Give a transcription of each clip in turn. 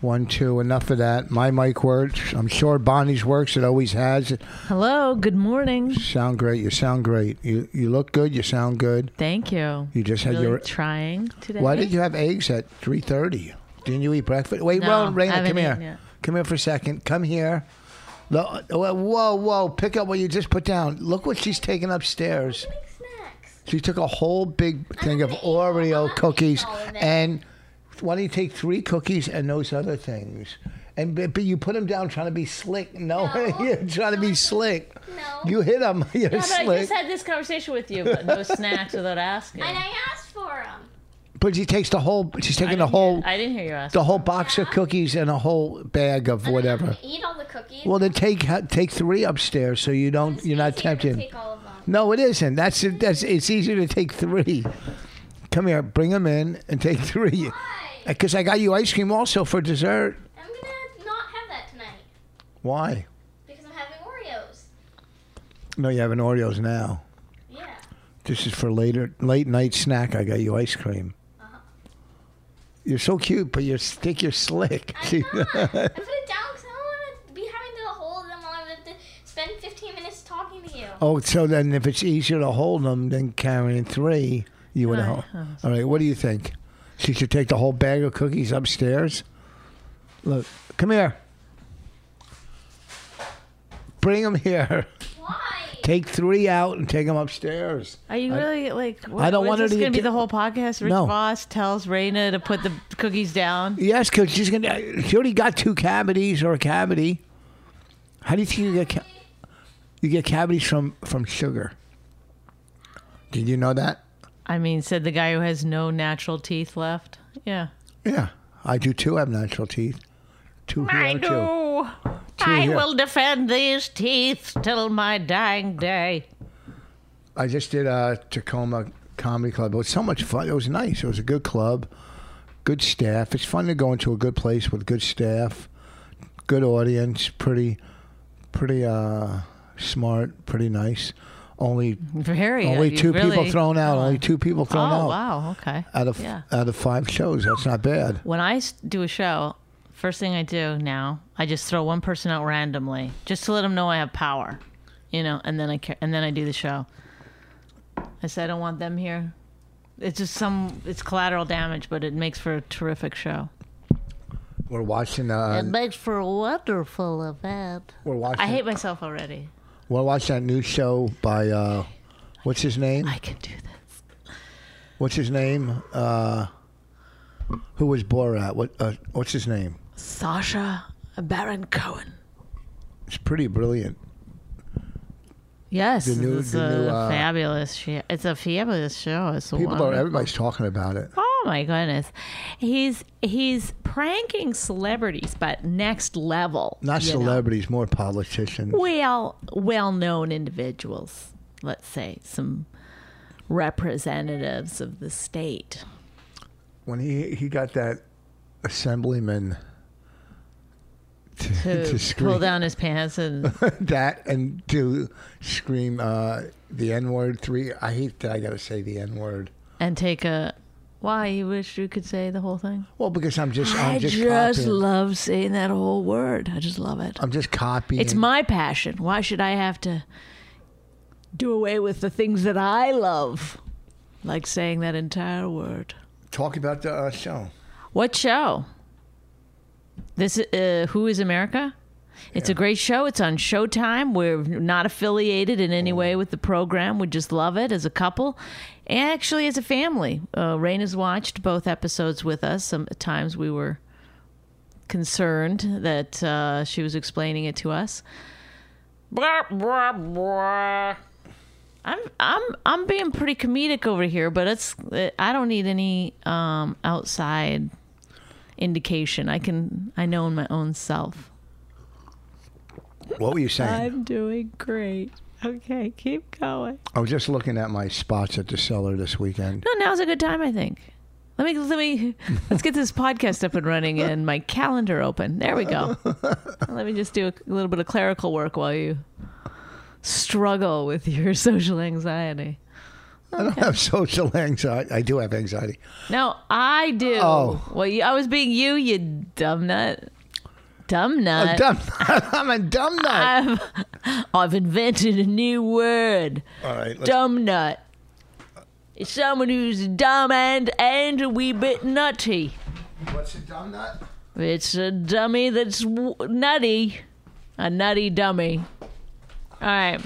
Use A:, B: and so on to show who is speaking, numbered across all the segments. A: one, two. Enough of that. My mic works. I'm sure Bonnie's works. It always has. It
B: Hello, good morning.
A: sound great. You sound great. You you look good. You sound good.
B: Thank you.
A: You just had
B: really
A: your.
B: trying today.
A: Why did you have eggs at three thirty? Didn't you eat breakfast? Wait,
B: No,
A: well,
B: I
A: Raina,
B: haven't
A: come here.
B: eaten yet.
A: Come here for a second. Come here. Lo- Whoa, whoa! Pick up what you just put down. Look what she's taking upstairs. She took a whole big thing of Oreo cookies, and why don't you take three cookies and those other things? And but, but you put them down trying to be slick. No, you're trying to be slick.
C: No.
A: You hit them. You're
B: Yeah, but I
A: slick.
B: just had this conversation with you about no snacks without asking.
C: And I asked for them.
A: but she takes the whole. She's
B: I
A: taking
B: didn't
A: the whole.
B: Hear, I didn't hear you ask.
A: the whole box of cookies and a whole bag of whatever.
C: Eat all the cookies.
A: Well, then take take three upstairs so you don't you're not
C: Easier to
A: tempted.
C: Take all of them.
A: No, it isn't. That's that's it's easier to take three. Come here, bring them in and take three. Because I got you ice cream also for dessert.
C: I'm gonna not have that tonight
A: Why?
C: because I'm having Oreos.
A: No, you have an Oreos now.
C: Yeah.
A: This is for later late night snack. I got you ice cream.
C: Uh-huh.
A: You're so cute, but you think you're slick.
C: I'm not. I put it down because I don't want to be having to hold them while I have to spend 15 minutes talking to you.
A: Oh, so then if it's easier to hold them than carrying three, you would hold. All right, what do you think? She should take the whole bag of cookies upstairs? Look, come here. Bring them here.
C: Why?
A: Take three out and take them upstairs.
B: Are you really like? What,
A: I don't want
B: what is
A: her
B: this
A: to
B: gonna be
A: get-
B: the whole podcast. Rich
A: No.
B: Voss tells Raina to put the cookies down.
A: Yes, because she's going to. She already got two cavities or a cavity. How do you think you get ca- you get cavities from from sugar? Did you know that?
B: I mean, said the guy who has no natural teeth left. Yeah.
A: Yeah, I do too. Have natural teeth. Two here,
B: I
A: too.
B: do.
A: I
B: I
A: here. will
B: will defend these teeth till my dying day.
A: I just did a Tacoma Comedy Club. It was so much fun. It was nice. It was a good club, good staff. It's fun to go into a good place with good staff, good audience, pretty, pretty uh, smart, pretty nice. Only
B: Very.
A: only
B: you
A: two people
B: really-
A: thrown out. Only two people
B: Oh
A: thrown out
B: wow. Okay.
A: out of
B: yeah.
A: out of five shows. That's not bad.
B: when I s- do a show, first thing I do now, I just throw one person out randomly just to let them know I have power, you know, and then I ca- and then I do the show. I say I don't want them here. It's just some it's collateral damage, but it makes for a terrific show.
A: We're watching. Uh,
B: makes for a wonderful event.
A: we're watching.
B: I hate myself already.
A: we're watching that new show by. Uh, what's his name?
B: I can do this.
A: what's his name? Uh, who was Borat? What uh, what's his name?
B: Sasha Baron Cohen.
A: It's pretty brilliant.
B: Yes,
A: The new-
B: it's
A: the new,
B: a
A: uh,
B: fabulous show. It's a fabulous show. It's a
A: People are
B: wonderful-
A: everybody's talking about it.
B: Oh my goodness. He's he's pranking celebrities but next level.
A: Not
B: you know.
A: celebrities, more politicians.
B: Well well known individuals, let's say, some representatives of the state.
A: When he he got that assemblyman to,
B: Who
A: to
B: pull
A: scream
B: down his pants and
A: that and to scream uh, the N word three. I hate that I got to say the N word.
B: and take a why you wish you could say the whole thing?
A: Well, because I'm just I'm
B: I
A: just,
B: just
A: copying.
B: love saying that whole word. I just love it.
A: I'm just copying.
B: It's my passion. Why should I have to do away with the things that I love? Like saying that entire word.
A: talk about the uh, show.
B: What show? This uh, Who is America? It's a great show. It's on Showtime. We're not affiliated in any way with the program. We just love it as a couple, and actually as a family. Uh, Rain has watched both episodes with us. Some at times we were concerned that uh, she was explaining it to us. Blah, blah, blah. I'm I'm I'm being pretty comedic over here, but it's I don't need any um, outside indication. I can I know in my own self.
A: What
B: Uh,
A: were you saying?
B: doing great. Okay, keep going.
A: I was just looking at my spots at the cellar this weekend.
B: No, now's a good time, I think. Let me let me let's get this podcast up and running and my calendar open. There we go. let me just do a little bit of clerical work while you struggle with your social anxiety.
A: I don't have social anxiety. I do have anxiety.
B: No, I do.
A: Oh.
B: Well, you, I was being you, you dumb nut. Dumb nut.
A: A dumb nut. I'm a dumb nut.
B: I've, I've invented a new word.
A: All right. Let's,
B: Dumb nut. It's someone who's dumb and and a wee bit nutty.
A: what's a dumb nut?
B: It's a dummy that's w- nutty. A nutty dummy. All right.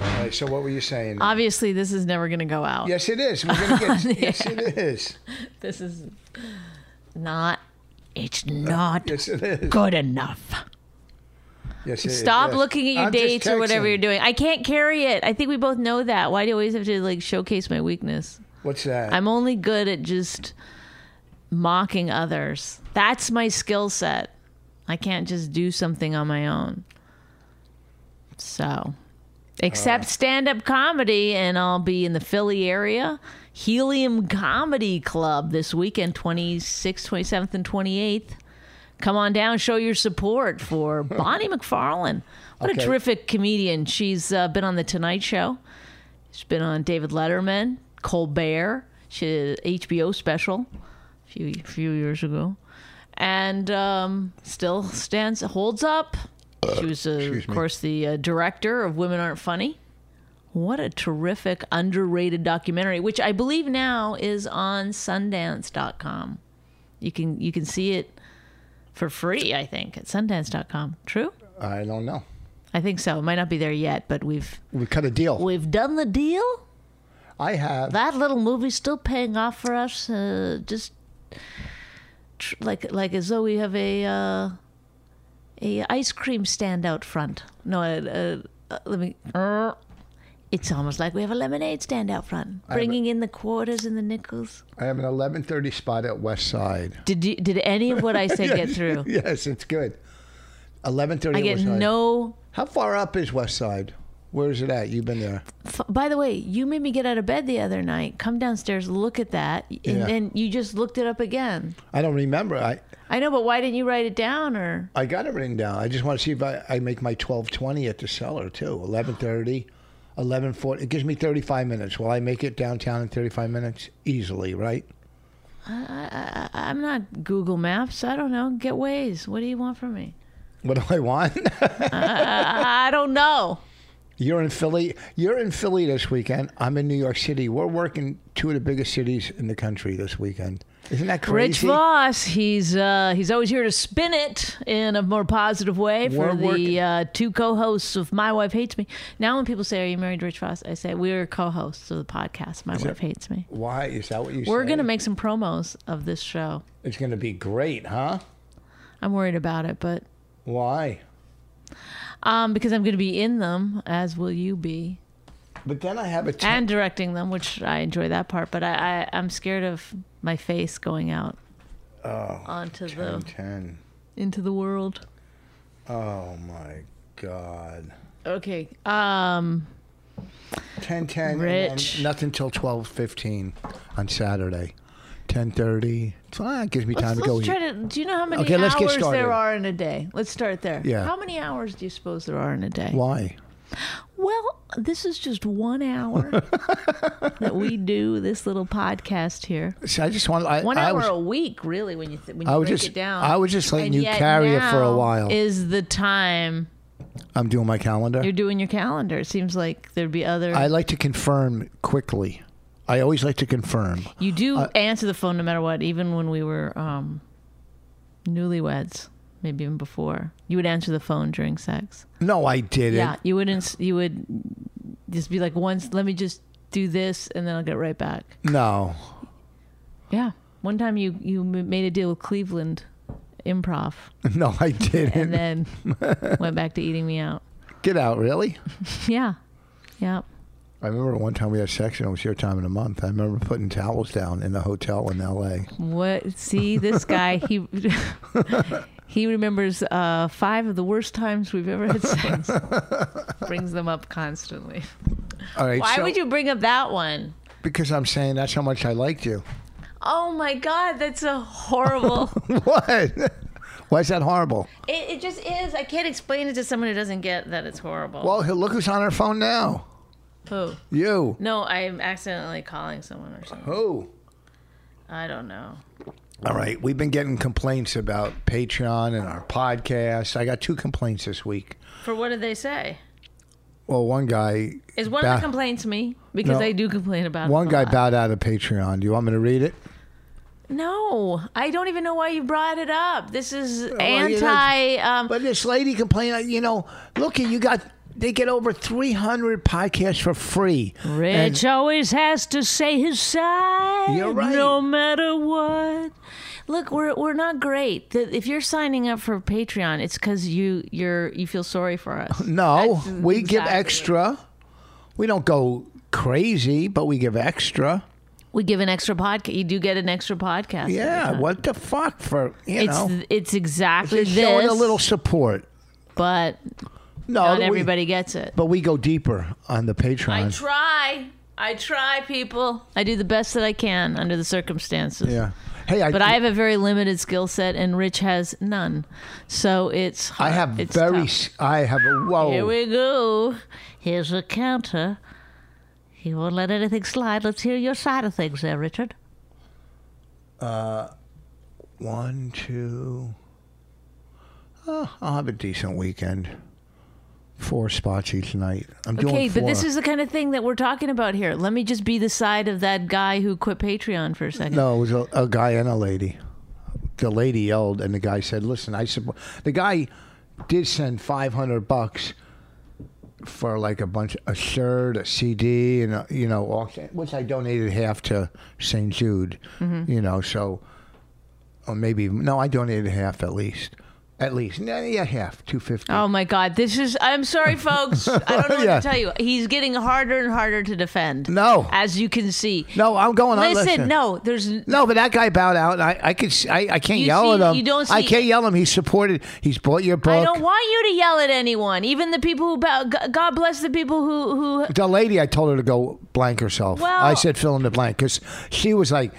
A: All right. So what were you saying?
B: Obviously, this is never going to go out.
A: yes, it is. We're gonna get. yes, it is.
B: This is not. It's not
A: Yes, it is.
B: good enough.
A: Yes, it is.
B: Stop
A: Yes.
B: looking at your
A: I'm just
B: dates or whatever
A: texting.
B: you're doing. I can't carry it. I think we both know that. Why do you always have to like showcase my weakness?
A: What's that?
B: I'm only good at just mocking others. That's my skill set. I can't just do something on my own. So, except stand up comedy, and I'll be in the Philly area. Helium Comedy Club this weekend, 26th, 27th, and 28th. Come on down, show your support for Bonnie McFarlane. What
A: Okay.
B: a terrific comedian. She's uh, been on The Tonight Show, she's been on David Letterman, Colbert. She did a HBO special a few, few years ago. And um, still stands, holds up. She was, uh, of
A: excuse me.
B: course, the uh, director of Women Aren't Funny. What a terrific, underrated documentary, which I believe now is on Sundance.com. You can you can see it for free, I think, at Sundance.com. True?
A: I don't know.
B: I think so. It might not be there yet, but we've
A: We cut a deal.
B: we've done the deal.
A: I have.
B: That little movie's still paying off for us. Uh, just tr- like like as though we have a uh, a ice cream stand out front. No, uh, uh, let me. It's almost like we have a lemonade stand out front,
A: have a-
B: bringing in the quarters and the nickels.
A: I have an 11:30 spot at West Side.
B: Did you, did any of what I said get through?
A: yes, it's good. 11:30.
B: I get
A: West Side.
B: no
A: How far up is West Side? Where is it at? You've been there.
B: F- By the way, you made me get out of bed the other night. Come downstairs, look at that, and
A: Yeah.
B: then you just looked it up again.
A: I don't remember. I
B: I know, but why didn't you write it down? Or
A: I got it written down. I just want to see if I, I make my 12:20 at the cellar too. 11:30, 11:40. It gives me 35 minutes. Will I make it downtown in 35 minutes easily? Right?
B: I- I'm not Google Maps. I don't know. Get ways. What do you want from me?
A: What do I want?
B: I don't know.
A: You're in Philly. You're in Philly this weekend. I'm in New York City. We're working two of the biggest cities in the country this weekend. Isn't that crazy?
B: Rich Voss, he's uh, he's always here to spin it in a more positive way for
A: We're working-
B: the uh, two co-hosts of My Wife Hates Me. Now, when people say, "Are you married, to Rich Voss?" I say, "We're co-hosts of the podcast. My Wife Hates Me."
A: Why is that what you?
B: We're
A: say?
B: gonna make some promos of this show.
A: It's gonna be great, huh?
B: I'm worried about it, but
A: Why?
B: um, because I'm going to be in them, as will you be,
A: But then I have a. T-
B: and directing them, which I enjoy that part. But I, I I'm scared of my face going out
A: Oh,
B: onto the
A: 10.
B: into the world.
A: Oh my God.
B: Okay. Um.
A: 10 10.
B: Rich.
A: And then nothing till twelve fifteen on Saturday. Ten thirty. So that gives me time
B: Let's,
A: to go
B: let's
A: eat.
B: try to. Do you know how many
A: Okay, let's get
B: hours
A: started.
B: there are in a day? Let's start there.
A: Yeah.
B: How many hours do you suppose there are in a day?
A: Why?
B: Well, this is just one hour that we do this little podcast here.
A: So I just want. I,
B: One
A: I
B: hour
A: was,
B: a week, really, when you th- when you
A: I was
B: break
A: just-
B: it down.
A: I was just letting
B: And
A: you
B: yet
A: carry it for a
B: now
A: while.
B: Is the time
A: I'm doing my calendar.
B: you're doing your calendar? It seems like there'd be other.
A: I like to confirm quickly. I always like to confirm.
B: you do answer the phone no matter what, even when we were um, newlyweds. maybe even before. You would answer the phone during sex.
A: No, I didn't.
B: Yeah, you wouldn't. You would just be like, once, let me just do this, and then I'll get right back.
A: No.
B: Yeah. One time you you m- made a deal with Cleveland Improv,
A: No, I
B: and
A: didn't.
B: then went back to eating me out.
A: Get out, really?
B: Yeah. Yeah.
A: I remember one time we had sex and it was your time in the month. I remember putting towels down in the hotel in L.A.
B: What? See, this guy he he remembers uh, five of the worst times we've ever had sex. Brings them up constantly.
A: All right.
B: Why
A: so-
B: would you bring up that one?
A: Because I'm saying that's how much I liked you.
B: Oh my God, that's a horrible.
A: What? Why is that horrible?
B: it, it just is. I can't explain it to someone who doesn't get that it's horrible.
A: Well, he- look who's on her phone now.
B: Who?
A: You.
B: No, I'm accidentally calling someone or something.
A: Who?
B: I don't know.
A: All right. We've been getting complaints about Patreon and our podcast. I got two complaints this week.
B: For what did they say?
A: Well, one guy.
B: Is one of
A: Bah.
B: the complaints me? Because
A: No.
B: I do complain about it
A: One
B: a
A: guy
B: lot.
A: bowed out of Patreon. Do you want me to read it?
B: No, I don't even know why you brought it up. This is
A: you know,
B: anti. Um,
A: But this lady complained, you know, look, you got, they get over 300 podcasts for free.
B: Rich always has to say his side,
A: You're right.
B: no matter what. Look, we're we're not great. The, if you're signing up for Patreon, it's because you you're you feel sorry for us.
A: No,
B: That's
A: we give
B: exactly-
A: extra. We don't go crazy, but we give extra.
B: We give an extra podcast. You do get an extra podcast. every
A: Yeah,
B: time.
A: what the fuck for you
B: It's
A: know?
B: it's exactly
A: Just
B: this.
A: showing a little support.
B: but
A: No,
B: not
A: we-
B: everybody gets it.
A: but we go deeper on the
B: I
A: Patreon.
B: try. I try, people. I do the best that I can under the circumstances.
A: yeah. Hey, I
B: But I have a very limited skill set, and Rich has none. So it's
A: I
B: hard.
A: have
B: It's
A: very
B: tough.
A: s- I have a
B: Here
A: whoa.
B: we go. Here's a counter. He won't let anything slide. Let's hear your side of things, there, Richard.
A: One, two. Oh, I'll have a decent weekend. Four spots each night. I'm
B: Okay,
A: doing four.
B: but this is the kind of thing that we're talking about here. Let me just be the side of that guy who quit Patreon for a second.
A: No, it was a, a guy and a lady. The lady yelled, and the guy said, "Listen, I support." The guy did send five hundred bucks for like a bunch, a shirt, a CD, and a, you know, all- which I donated half to St. Jude.
B: Mm-hmm.
A: You know, so or maybe no, I donated half at least, at least no, yeah, half two fifty.
B: Oh my God! This is. I'm sorry, folks. I don't know what
A: Yeah.
B: to tell you. He's getting harder and harder to defend.
A: No.
B: as you can see.
A: No, I'm going on.
B: listen,
A: Listen,
B: no. There's
A: No, but that guy bowed out. and I, I could, s- I, I can't
B: You
A: yell
B: see-
A: at him.
B: you don't
A: I
B: see-
A: can't yell at him. He supported. He's bought your book.
B: I don't want you to yell at anyone, even the people who bow. G- God bless the people who who.
A: the lady I told her to go blank herself.
B: Well-
A: I said fill in the blank because she was like,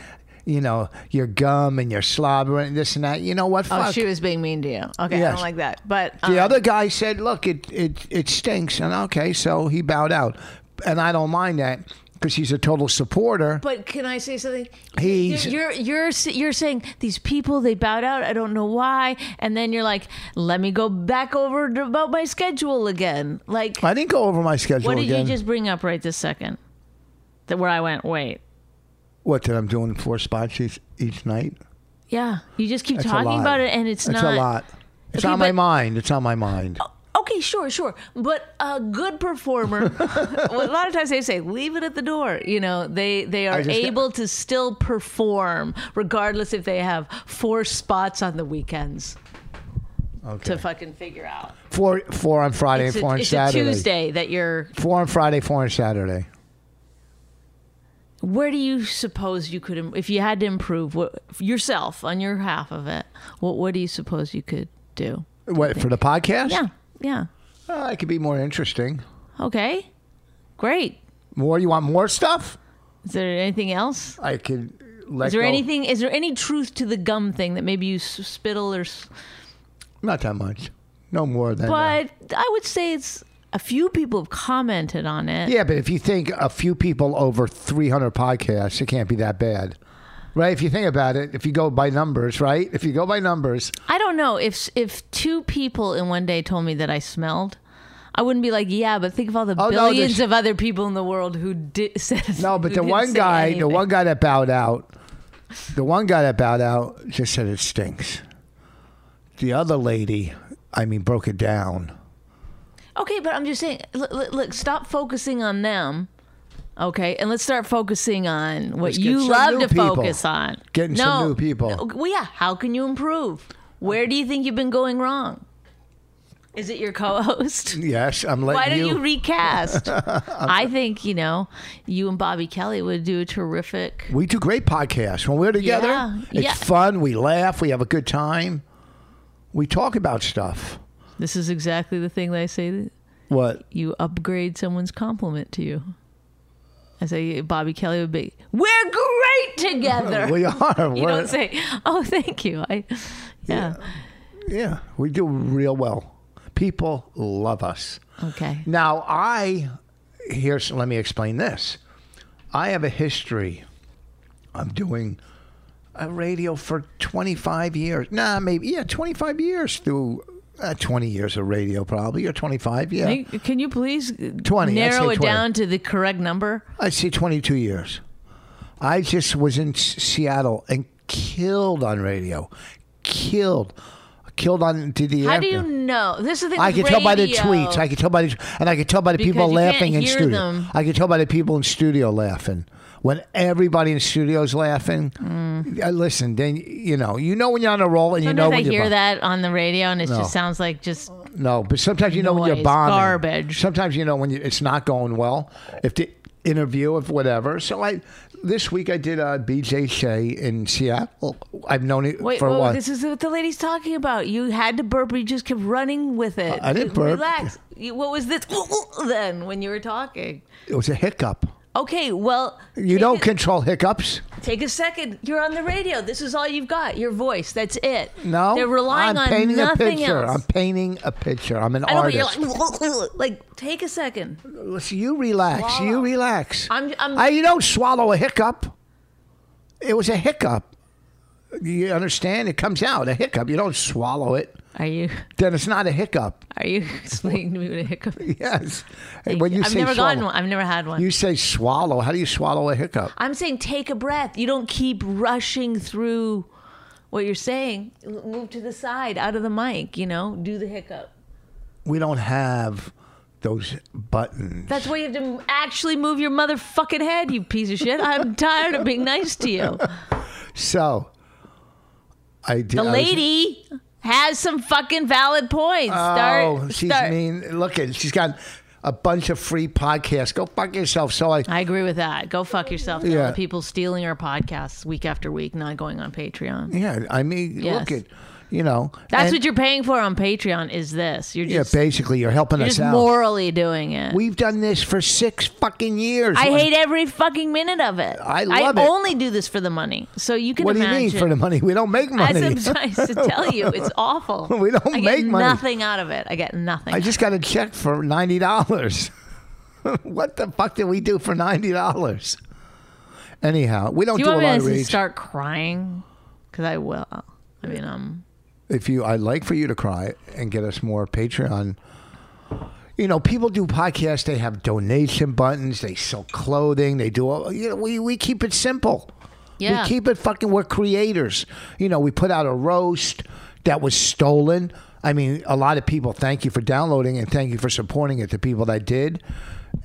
A: you know, your gum and your slobber and this and that. You know what? Fuck.
B: Oh, was uh, being mean to you. Okay,
A: Yes.
B: that. But
A: the other guy said, look, it it it stinks, and okay, so he bowed out, and I don't mind that because he's a total supporter.
B: But can I say something?
A: He's-
B: you're, you're you're you're saying these people they bowed out. I don't know why, and then you're like, let me go back over to about my schedule again. Like,
A: I didn't go over my schedule
B: what did
A: again.
B: you just bring up right this second? That where I went. Wait,
A: what that I'm doing four spots each, each night.
B: yeah, you just keep
A: That's a
B: talking
A: lot.
B: about it, and it's
A: That's
B: not
A: a lot. It's
B: Okay,
A: on my
B: but-
A: mind. It's on my mind.
B: Okay, sure, sure. But a good performer, well, a lot of times they say, leave it at the door. You know, they, they are
A: I just-
B: able to still perform regardless if they have four spots on the weekends
A: Okay.
B: to fucking figure out.
A: Four four on Friday
B: It's,
A: and four
B: a,
A: on
B: it's a
A: Saturday.
B: Tuesday that you're.
A: Four on Friday, four on Saturday.
B: Where do you suppose you could, im- if you had to improve what, yourself on your half of it, what, what do you suppose you could do?
A: What for the podcast?
B: Yeah, yeah.
A: Uh, it could be more interesting.
B: Okay, great.
A: More? You want more stuff?
B: Is there anything else?
A: I could. Let
B: Is there
A: go-
B: anything? Is there any truth to the gum thing that maybe you s- spittle or? s
A: Not that much. No more than. that.
B: But I would say it's a few people have commented on it.
A: yeah, but if you think a few people over 300 podcasts, it can't be that bad, right? If you think about it, if you go by numbers, right? If you go by numbers,
B: I don't know if s- if two people in one day told me that I smelled. I wouldn't be like, yeah, but think of all the
A: Oh, no, there's-
B: billions of other people in the world who did said
A: no. But
B: who
A: the
B: didn't
A: one
B: say
A: guy, the
B: anything.
A: one guy that bowed out, the one guy that bowed out just said it stinks. the other lady, I mean, broke it down.
B: Okay, but I'm just saying, look, look, look, stop focusing on them. Okay, and let's start focusing on what
A: Let's get
B: you
A: some
B: love
A: new
B: to
A: people.
B: focus on.
A: Getting some new people.
B: Well, yeah. How can you improve? Where do you think you've been going wrong? Is it your co-host?
A: Yes, I'm letting
B: Why don't you,
A: you
B: recast? I think you know you and Bobby Kelly would do a terrific.
A: we do great podcasts when we're together.
B: Yeah,
A: It's
B: yeah.
A: fun. We laugh. We have a good time. We talk about stuff.
B: This is exactly the thing that I say. That
A: What?
B: you upgrade someone's compliment to you. I say Bobby Kelly would be. We're great together.
A: We are.
B: You
A: We're-
B: don't say, "Oh, thank you." I, yeah.
A: yeah, we do real well. People love us.
B: Okay.
A: Now I here's let me explain this. I have a history. I'm doing a radio for 25 years. Nah, maybe yeah, 25 years through uh, 20 years of radio probably or 25. Yeah,
B: Hey, Can you please
A: 20, I'd
B: narrow
A: say 20.
B: it down to the correct number?
A: I say 22 years. I just was in S- Seattle and killed on radio, killed, killed on did the
B: How
A: air-
B: do you know? This is the thing.
A: I
B: with
A: could tell by the
B: radio.
A: tweets. I could tell by the and I could tell by the people
B: Because you can't
A: laughing in
B: hear
A: studio.
B: them.
A: I could tell by the people in studio laughing. When everybody in studio is laughing, I listen. Then you know, you know when you're on a roll, and you know
B: Mm. Sometimes
A: when
B: I
A: you're
B: hear
A: bom-
B: that on the radio, and it
A: No.
B: just sounds like just
A: no. But sometimes you know when you're
B: Noise,
A: bombing.
B: garbage.
A: Sometimes you know when you, it's not going well. If the interview, if whatever. So I this week I did uh, B.J. Shea in Seattle. I've known it
B: wait.
A: for
B: whoa,
A: what?
B: this is what the lady's talking about. You had to burp, but you just kept running with it.
A: I didn't burp.
B: Relax. You, what was this then when you were talking?
A: it was a hiccup.
B: Okay. Well,
A: You
B: take
A: don't
B: a-
A: control hiccups.
B: Take a second. You're on the radio. This is all you've got. Your voice. That's it.
A: No,
B: They're relying
A: I'm
B: on
A: painting
B: nothing
A: a picture.
B: else.
A: I'm painting a picture. I'm an
B: I know, but
A: artist.
B: you're like, like, take a second.
A: Listen, you relax. You
B: Swallow.
A: relax.
B: I'm- I'm-
A: I- you don't swallow a hiccup. It was a hiccup. You understand? It comes out a hiccup. You don't swallow it.
B: Are you
A: Then it's not a hiccup.
B: are you explaining to me what a hiccup? is?
A: Yes. when you
B: I've
A: say
B: never
A: swallow,
B: gotten one. I've never had one.
A: you say swallow. How do you swallow a hiccup?
B: I'm saying take a breath. You don't keep rushing through what you're saying. L- Move to the side, out of the mic. You know, do the hiccup.
A: We don't have those buttons.
B: That's why you have to actually move your motherfucking head, you piece of shit. I'm tired of being nice to you.
A: So I did.
B: The
A: I was-
B: lady has some fucking valid points. Start,
A: Oh, she's
B: start.
A: mean. Look at she's got a bunch of free podcasts. Go fuck yourself. So I
B: I agree with that. Go fuck yourself.
A: Yeah.
B: Yeah. People stealing our podcasts week after week, not going on Patreon.
A: Yeah, I mean,
B: Yes.
A: look at you know.
B: That's
A: and-
B: what you're paying for on Patreon. Is this? You're
A: Yeah,
B: just,
A: basically, you're helping
B: you're
A: us
B: just
A: out.
B: morally doing it.
A: We've done this for six fucking years.
B: I
A: What-
B: hate every fucking minute of it.
A: I love it.
B: I only do this for the money. So you can
A: What do you
B: imagine.
A: mean for the money? We don't make money.
B: As I'm trying to tell you, it's awful.
A: We don't
B: I
A: make
B: get
A: money.
B: nothing out of it. I get nothing.
A: I just got a check for ninety dollars. what the fuck did we do for ninety dollars? Anyhow, we don't
B: do
A: do,
B: you
A: a
B: want
A: lot
B: me
A: of
B: to
A: reach.
B: start crying? Because I will. I mean, um.
A: if you I'd like for you to cry and get us more Patreon. You know, people do podcasts, they have donation buttons, they sell clothing, they do all you know, we, we keep it simple.
B: Yeah.
A: We keep it fucking we're creators. You know, we put out a roast that was stolen. I mean, a lot of people thank you for downloading and thank you for supporting it, the people that did,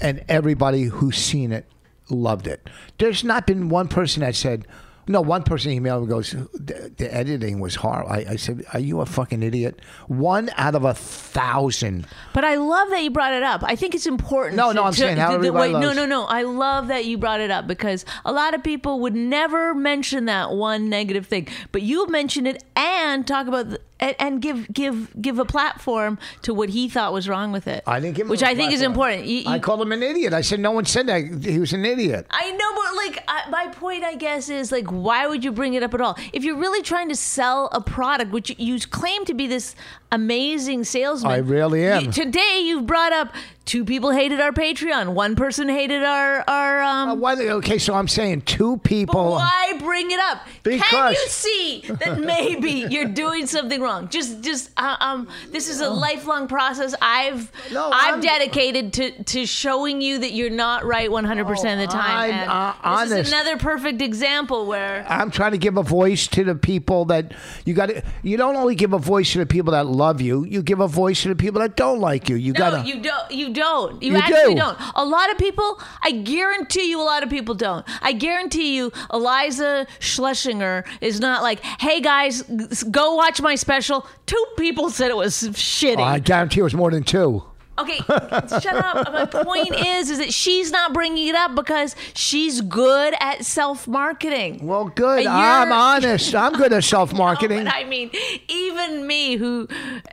A: and everybody who's seen it loved it. There's not been one person that said, no, one person emailed me goes, the, the editing was horrible. I, I said, are you a fucking idiot? One out of a thousand.
B: But I love that you brought it up. I think it's important.
A: No, no, I'm saying how everybody
B: no,
A: loves-
B: no, no. I love that you brought it up because a lot of people would never mention that one negative thing, but you mentioned it and talk about the, and, and give give give a platform to what he thought was wrong with it.
A: I didn't give him
B: which
A: I
B: I think is important. You-
A: I
B: you-
A: called him an idiot. I said, no one said that. He was an idiot.
B: I know, but like I, my point, I guess, is like, why would you bring it up at all? If you're really trying to sell a product, which you claim to be this amazing salesman,
A: I really am.
B: you- today, you've brought up Two people hated our Patreon. One person hated our our um.
A: Uh, why the- okay, so I'm saying two people.
B: Why bring it up? Can
A: Because-
B: you see that maybe you're doing something wrong? Just, just, uh, um, this is a lifelong process. I've,
A: No,
B: I've
A: I'm-
B: dedicated to to showing you that you're not right 100 percent of the
A: Oh, I'm,
B: time. and
A: uh,
B: this is
A: honest.
B: another perfect example where
A: I'm trying to give a voice to the people that you got to. You don't only give a voice to the people that love you. You give a voice to the people that don't like you. You
B: no,
A: gotta.
B: you don't, you don't, you,
A: You
B: actually
A: do.
B: do. not A lot of people, I guarantee you, a lot of people don't. I guarantee you, Eliza Schlesinger is not like, hey guys, g- go watch my special. Two people said it was shitty.
A: Oh, I guarantee it was more than two.
B: Okay, shut up. My point is, is that she's not bringing it up because she's good at self marketing.
A: Well, good.
B: And
A: I'm
B: you're-
A: honest. I'm good at self marketing.
B: But I mean, even me, who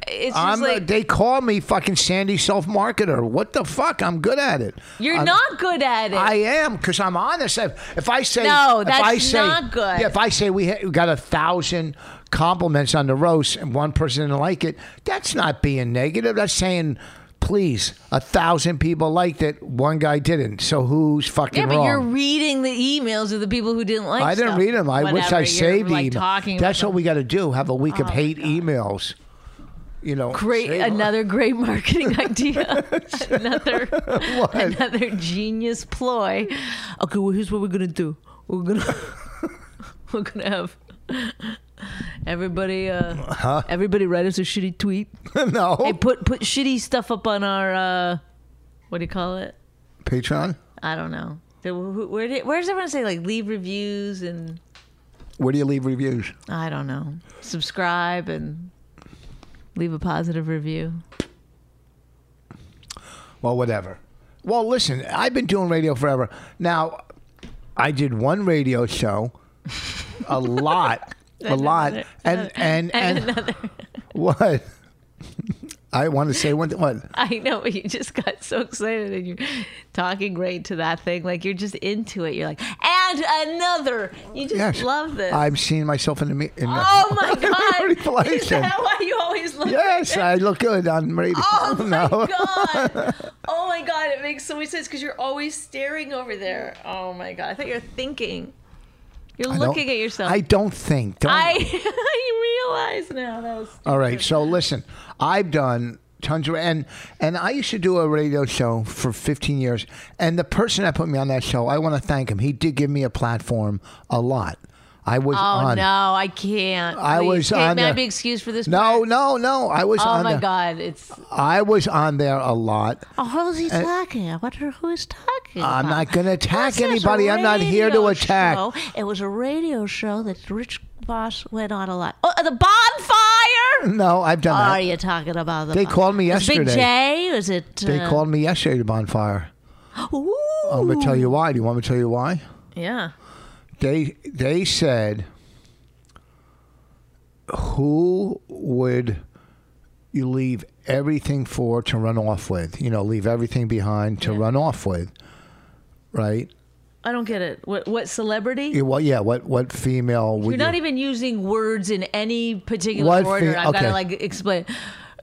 B: it's just
A: I'm.
B: like
A: they call me fucking Sandy self marketer. What the fuck? I'm good at it.
B: you're
A: I'm-
B: not good at it.
A: I am because I'm honest. If, if I say
B: No,
A: if
B: that's
A: I say,
B: not good.
A: Yeah, if I say we, ha- we got a thousand compliments on the roast and one person didn't like it, that's not being negative. That's saying, please, a thousand people liked it, one guy didn't. So who's fucking
B: yeah, but
A: wrong?
B: you're reading the emails of the people who didn't like.
A: I didn't
B: stuff.
A: read them. I wish
B: Whatever,
A: I
B: you're,
A: saved
B: like,
A: email.
B: talking Oh,
A: That's
B: about
A: what we got to do. Have a week of hate emails. You know,
B: Great,
A: save 'em.
B: another great marketing idea. another,
A: What?
B: another genius ploy. Okay, well, here's what we're gonna do. We're gonna, we're gonna have everybody, uh, everybody write us a shitty tweet.
A: no
B: Hey, put put shitty stuff up on our, uh, what do you call it?
A: Patreon.
B: I don't know. The- wh- Where did, where's everyone say like leave reviews and
A: Where do you leave reviews?
B: I don't know subscribe and leave a positive review.
A: Well, whatever. Well, listen, I've been doing radio forever. Now, I did one radio show, a lot, a lot,
B: another,
A: and and and, what? I want to say one thing. What?
B: I know, but you just got so excited and you're talking great to that thing. Like you're just into it. You're like, and another. You just
A: Yes,
B: love this.
A: I'm seeing myself in the mi- in the,
B: oh my god! Is
A: Revelation.
B: that why you always look?
A: Yes, I look good on radio.
B: Oh my
A: No.
B: god! Oh my god! It makes so much sense because you're always staring over there. Oh my god! I thought you're thinking. You're
A: I don't-
B: looking at yourself.
A: I don't think. Don't.
B: I, I realize now. That was
A: All right. So listen, I've done tons of and and I used to do a radio show for 15 years, and the person that put me on that show, I want to thank him. He did give me a platform a lot. I was
B: Oh
A: on.
B: no, I can't.
A: I
B: Please,
A: was
B: Kate,
A: on
B: May I
A: the-
B: be excused for this?
A: No,
B: part?
A: no, no. I was
B: Oh
A: on
B: my
A: there.
B: god! It's
A: I was on there a lot.
B: Oh, who's he talking? I wonder who is talking.
A: Uh, I'm
B: about.
A: not gonna attack
B: This is a
A: anybody. I'm not here to
B: radio
A: attack.
B: show. It was a radio show that Rich Boss went on a lot. Oh, the bonfire.
A: No, I've done
B: Are
A: that.
B: you talking about the?
A: They
B: bon-
A: called me
B: Is Oh, Big
A: yesterday.
B: J? Is it?
A: They
B: uh,
A: called me yesterday to bonfire.
B: Ooh.
A: I'm gonna tell you why. Do you want me to tell you why?
B: Yeah.
A: they they said who would you leave everything for to run off with you know leave everything behind to run off with right
B: I don't get it. What? What celebrity?
A: yeah, well yeah what what female would
B: You're
A: you
B: not even using words in any particular
A: What
B: order.
A: fe-
B: I've got to
A: okay.
B: like explain.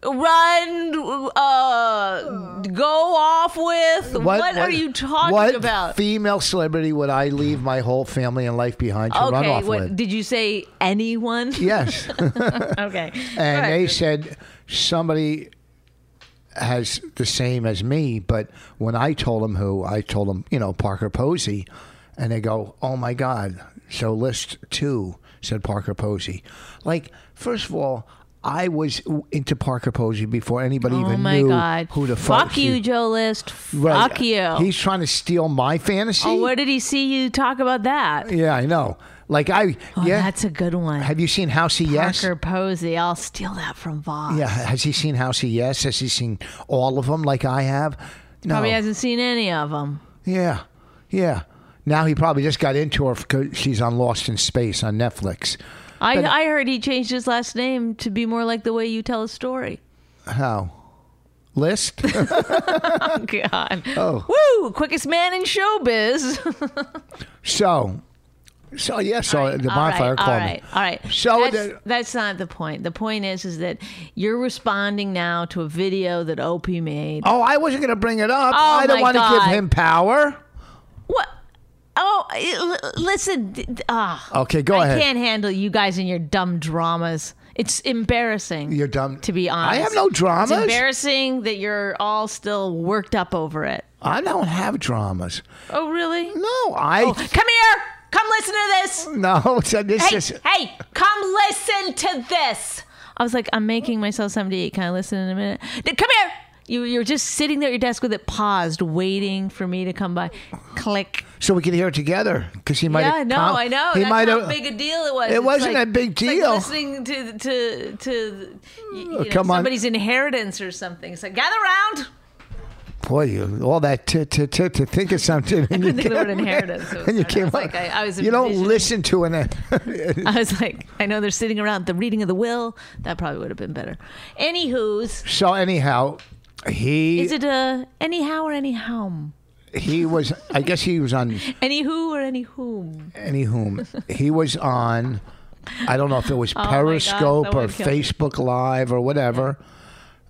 B: Run, uh, go off with. What, are you talking
A: what
B: about?
A: female celebrity would i leave my whole family and life behind to run
B: okay,
A: off
B: what
A: with
B: did you say? Anyone?
A: yes
B: okay.
A: and
B: Right.
A: they said somebody has the same as me but when i told them who i told them you know parker posey and they go oh my god so list two said parker posey like first of all i was into parker posey before anybody
B: Oh
A: even
B: my
A: knew
B: god!
A: who the
B: fuck,
A: fuck,
B: you,
A: he-
B: Joe List.
A: Right.
B: Fuck you.
A: he's trying to steal my fantasy
B: oh, where did he see you talk about that?
A: yeah i know like i
B: Oh,
A: yeah
B: that's a good one.
A: have you seen house of yes
B: Parker Posey. I'll steal that from Voss.
A: Yeah, has he seen House of Yes? Has he seen all of them like I have? No.
B: Probably hasn't seen any of them.
A: Yeah, yeah. Now he probably just got into her because she's on Lost in Space on Netflix.
B: I,
A: But-
B: I heard he changed his last name to be more like the way you tell a story.
A: How? List?
B: God.
A: Oh.
B: Woo! Quickest man in showbiz.
A: so, So yeah, so the
B: All
A: bonfire
B: right,
A: called
B: all
A: me.
B: right, all right.
A: So
B: that's,
A: the-
B: that's not the point. The point is, is that you're responding now to a video that Opie made.
A: Oh, I wasn't gonna bring it up.
B: Oh,
A: I don't
B: my
A: want to give
B: God.
A: him power.
B: What? Oh, i- l- listen. d- d- ah.
A: Okay, go
B: I
A: ahead.
B: can't handle you guys and your dumb dramas. It's embarrassing.
A: You're dumb.
B: To be honest,
A: I have no dramas.
B: It's embarrassing that you're all still worked up over it.
A: I don't have dramas.
B: Oh, really?
A: No, I
B: Come here. Come listen to this.
A: no. So this
B: Oh. Hey,
A: is
B: hey, come listen to this. I was like, I'm making myself something to eat. Can I listen in a minute? No, Come here. You, you're just sitting there at your desk with it paused, waiting for me to come by. Click.
A: so we can hear it together because he might.
B: Yeah,
A: have
B: no,
A: com-
B: I know.
A: He
B: That's
A: might
B: how
A: have.
B: big a deal it was.
A: It
B: It's
A: wasn't
B: like-
A: a big
B: it's like
A: deal.
B: listening to to to y- you know,
A: come on.
B: somebody's inheritance or something. It's like gather around.
A: Boy, you all that to to to to think of something. And you
B: think of the
A: came-
B: word inheritance. It was-
A: And you
B: I
A: came
B: was like,
A: up-
B: I- I was
A: You don't
B: envisioning-
A: listen to an.
B: I was like, I know they're sitting around the reading of the will. That probably would have been better. Anywho's,
A: so anyhow, he
B: is it a anyhow or anyhow?
A: he was. I guess he was on
B: Anywho or any whom?
A: any whom he was on i don't know if it was
B: Oh God,
A: periscope or
B: someone killed me.
A: facebook live or whatever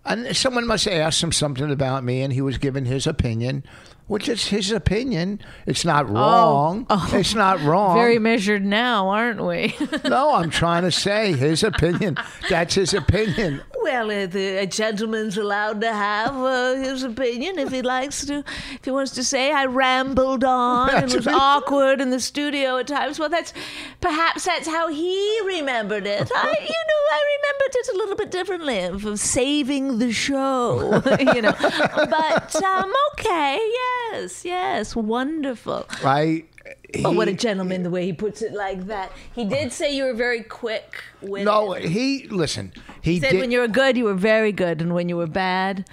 A: and someone must have asked him something about me and he was giving his opinion which is his opinion it's not wrong it's not wrong
B: Oh. Very measured now, aren't we?
A: no i'm trying to say his opinion that's his opinion
B: well, uh, the, a gentleman's allowed to have uh, his opinion if he likes to. If he wants to say, I rambled on and
A: That's
B: was
A: right.
B: awkward in the studio at times. Well, that's perhaps that's how he remembered it. I, you know, I remembered it a little bit differently of, of saving the show, you know. But um, okay, yes, yes, wonderful.
A: i he,
B: Oh, what a gentleman, the way he puts it like that. He did say you were very quick with
A: no
B: it.
A: he listen he
B: He said
A: did
B: when you were good, you were very good, and when you were bad,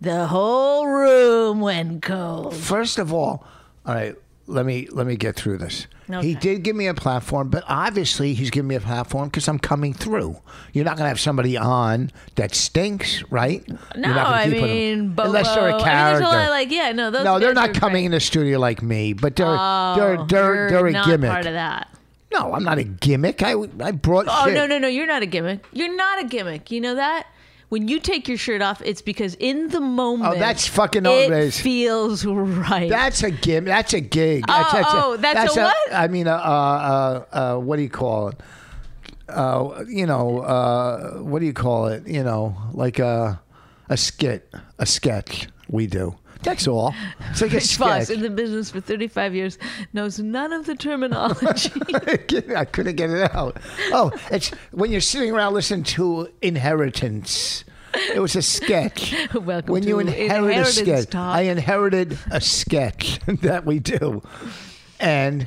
B: the whole room went cold.
A: First of all, all right, let me let me get through this. He
B: Okay.
A: did give me a platform, but obviously he's giving me a platform because I'm coming through. You're not going to have somebody on that stinks, right?
B: No,
A: You're not gonna
B: I
A: keep them-
B: mean, Bobo.
A: unless they're a character.
B: I mean, there's a lot of, like, yeah, no, those
A: no, they're
B: guys
A: not
B: are
A: coming in the studio like me, but they're they're they're
B: Oh, You're
A: they're a
B: not
A: gimmick.
B: part of that.
A: No, I'm not a gimmick. I I brought.
B: Oh
A: shit.
B: no, no, no! You're not a gimmick. You're not a gimmick. You know that. When you take your shirt off, it's because in the moment,
A: Oh, that's fucking
B: it
A: outrage.
B: feels right.
A: That's a gim. That's a gig. That's,
B: Oh,
A: that's
B: oh, that's a what?
A: I mean, uh, uh, uh, uh, what do you call it? Uh, you know, uh, what do you call it? You know, like a a skit, a sketch. We do. That's all. It's like a
B: Rich Fox,
A: sketch.
B: in the business for 35 years, knows none of the terminology.
A: I couldn't get it out. Oh, it's when you're sitting around listening to Inheritance. It was a sketch.
B: Welcome
A: when you
B: to
A: inherit a
B: Inheritance
A: sketch,
B: Talk.
A: I inherited a sketch that we do, and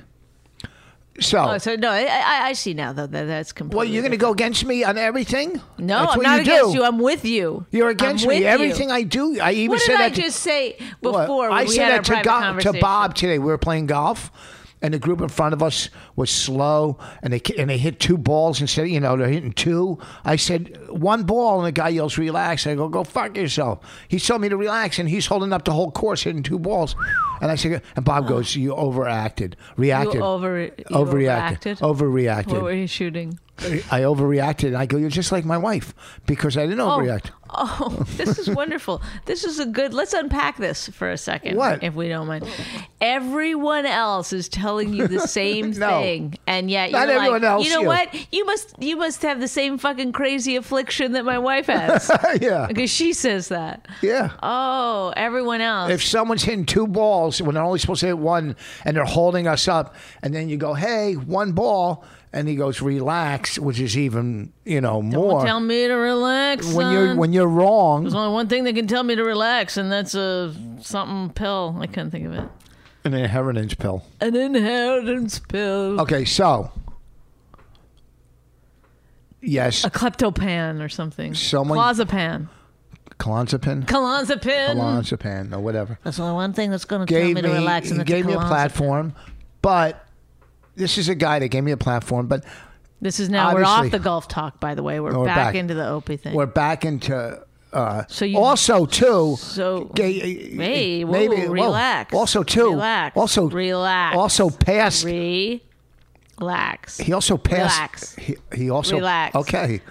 A: so.
B: oh, so no, I, I, I see now though that that's completely.
A: well, you're going to go against me on everything?
B: No,
A: That's
B: I'm
A: what
B: not
A: you
B: against
A: do.
B: you. I'm with you.
A: You're against
B: I'm
A: me.
B: with you.
A: Everything I do, I even
B: What
A: said
B: did I
A: that to-
B: just say
A: Well,
B: before?
A: I
B: when we had our
A: said that
B: private
A: to, Go- to
B: conversation?
A: Bob today. We were playing golf, and the group in front of us was slow, and they ki- and they hit two balls and said, you know, they're hitting two. I said one ball, and the guy yells, "Relax!" I go, "Go fuck yourself." He told me to relax, and he's holding up the whole course, hitting two balls. And I said, and Bob goes, "You overacted, reacted,
B: You over, you
A: overreacted,
B: overacted. What were
A: overreacted."
B: you shooting?
A: I overreacted, and I go, "You're just like my wife," because I didn't overreact.
B: Oh, this is wonderful. this is a good. Let's unpack this for a second,
A: What?
B: if we don't mind. Everyone else is telling you the same
A: No.
B: thing, and yet you're
A: Not
B: like,
A: everyone else,
B: you know
A: you."
B: what? You must, you must have the same fucking crazy affliction that my wife has
A: yeah,
B: because she says that.
A: yeah.
B: Oh, everyone else.
A: If someone's hitting two balls when they're only supposed to hit one and they're holding us up, and then you go, hey, one ball, and he goes, relax, which is even, you know,
B: Don't
A: more.
B: tell me to relax.
A: when you're
B: son.
A: when you're wrong,
B: There's only one thing that can tell me to relax, and that's a something pill. I couldn't think of it.
A: an inheritance pill.
B: An inheritance pill.
A: Okay, so yes,
B: A kleptopan or something.
A: Someone-
B: Clozapam.
A: clonazepam,
B: Clonazepam.
A: clonazepam, or whatever.
B: That's only one thing that's going to tell
A: gave
B: me to relax, and
A: he
B: that's
A: gave
B: a
A: me a
B: clonazepam.
A: platform, but this is a guy that gave me a platform, but
B: This is now we're
A: Obviously.
B: off the golf talk, by the way. We're,
A: we're
B: back,
A: back.
B: into the opie thing.
A: we're back into. Uh,
B: So you-
A: also too,
B: so
A: Gay-
B: hey, whoa,
A: uh, maybe- whoa.
B: relax.
A: Also, too.
B: relax.
A: Also,
B: relax.
A: Also, past
B: relax. Relax.
A: He also passed.
B: Relax.
A: He, he also
B: Relax.
A: Okay.